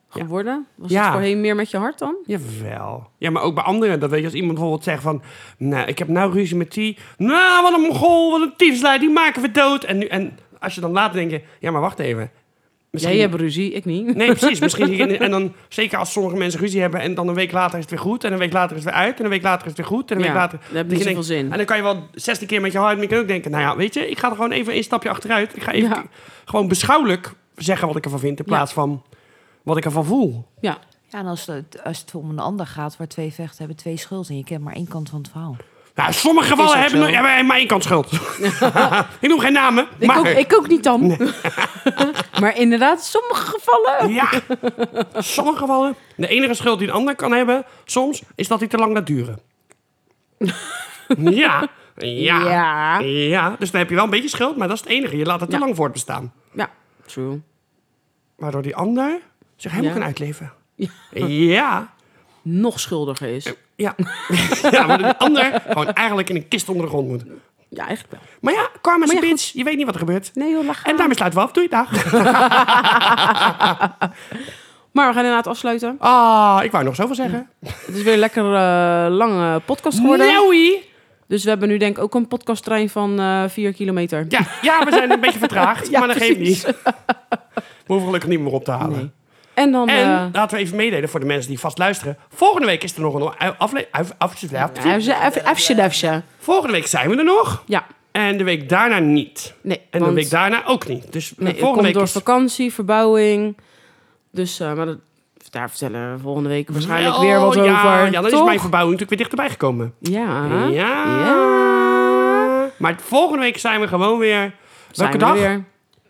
Geworden? Was Ja. het voorheen meer met je hart dan? jawel. Ja, maar ook bij anderen. Dat weet je, als iemand bijvoorbeeld zegt van... Nou, ik heb nou ruzie met die. Nou, wat een mongool, wat een tiefslui, die maken we dood. En, nu, en als je dan later denkt, ja, maar wacht even. Jij hebt ruzie, ik niet. Nee, precies. Misschien, en dan, zeker als sommige mensen ruzie hebben en dan een week later is het weer goed. En een week later is het weer uit. En een week later is het weer goed. En een Ja, week later... daar heb ik dat niet je zoveel denkt- zin. En dan kan je wel 16 keer met je hart. Maar je kan ook denken, nou ja, weet je, ik ga er gewoon even een stapje achteruit. Ik ga even Ja. gewoon beschouwelijk zeggen wat ik ervan vind in Ja. plaats van wat ik ervan voel. Ja, Ja, en als het, als het om een ander gaat waar twee vechten hebben twee schuld en je kent maar één kant van het verhaal. Nou, in sommige gevallen ook hebben, zo. no- hebben maar één kant schuld. ik noem geen namen, ik, maar... ook, ik ook niet dan. maar inderdaad, sommige gevallen. Ja, in sommige gevallen. De enige schuld die een ander kan hebben, soms, is dat hij te lang laat duren. ja, ja, Ja. ja. Dus dan heb je wel een beetje schuld, maar dat is het enige. Je laat het te Ja. lang voortbestaan. Ja, true. Waardoor die ander zich helemaal Ja. kan uitleven. Ja. Ja. Nog schuldiger is. Ja. ja, maar de ander gewoon eigenlijk in een kist onder de grond moet. Ja, eigenlijk wel. Maar ja, karma is Maar een ja, Ah. bitch. Je weet niet wat er gebeurt. Nee joh, lach En daarmee sluiten we af. Doei, dag. Maar we gaan inderdaad afsluiten. Ah, ik wou nog zoveel zeggen. Het is weer een lekker eh, lange podcast geworden. Nieuwie. Dus we hebben nu denk ik ook een podcastterrein van eh 4 kilometer. Ja, ja, we zijn een beetje vertraagd, Ja, maar dat geeft precies. niet. We hoeven gelukkig niet meer op te halen. Nee. En dan... En eh, laten we even meedelen voor de mensen die vast luisteren. Volgende week is er nog een aflevering. ja, ze- even- even- even. Volgende week zijn we er nog. Ja, En de week daarna niet. nee. En want- de week daarna ook niet. Dus Nee, het volgende komt week door is vakantie, verbouwing. Dus, eh, maar dat, daar vertellen we volgende week waarschijnlijk Wel, weer wat Oh, ja, over. Ja, dan toch? is mijn verbouwing natuurlijk weer dichterbij gekomen. Ja. Ja. Maar volgende week zijn we gewoon weer. Zijn Welke we dag Weer.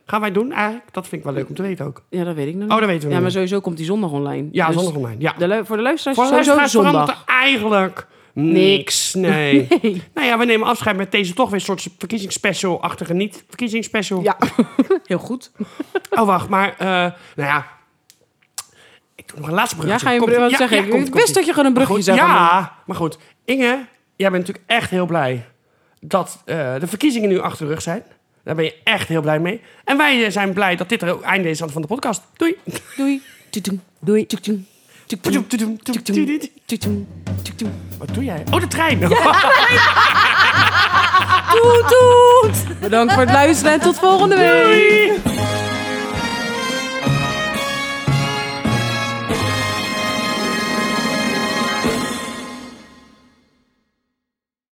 gaan wij doen? Eigenlijk, dat vind ik wel leuk om te weten ook. Ja, dat weet ik nog Oh, dat weten we Ja, nog maar niet. sowieso komt die zondag online. Ja, Dus zondag online. Ja. de lu- voor de luisteraars Voor is de sowieso luisteraars verandert zondag. er eigenlijk niks. Nee. Nou ja, we nemen afscheid met deze toch weer een soort verkiezingsspecial-achtige niet-verkiezingsspecial. Ja, heel goed. Oh, wacht, maar, eh, nou ja. Ik doe nog een laatste Ja, bruggetje. ga je Komt-ie. wat Ja, zeggen? ja, ik komt-ie, wist komt-ie. dat je gewoon een brugje Goed, zou gaan doen. Ja, maar goed. Inge, jij bent natuurlijk echt heel blij dat eh, de verkiezingen nu achter de rug zijn. Daar ben je echt heel blij mee. En wij eh, zijn blij dat dit er ook einde is aan van de podcast. Doei. Doei. Tutum. Doei. Tutum. Tutum. Tutum. Tutum. Wat doe jij? Oh, de trein. Toet, toet. Bedankt voor het luisteren en tot volgende week. Doei.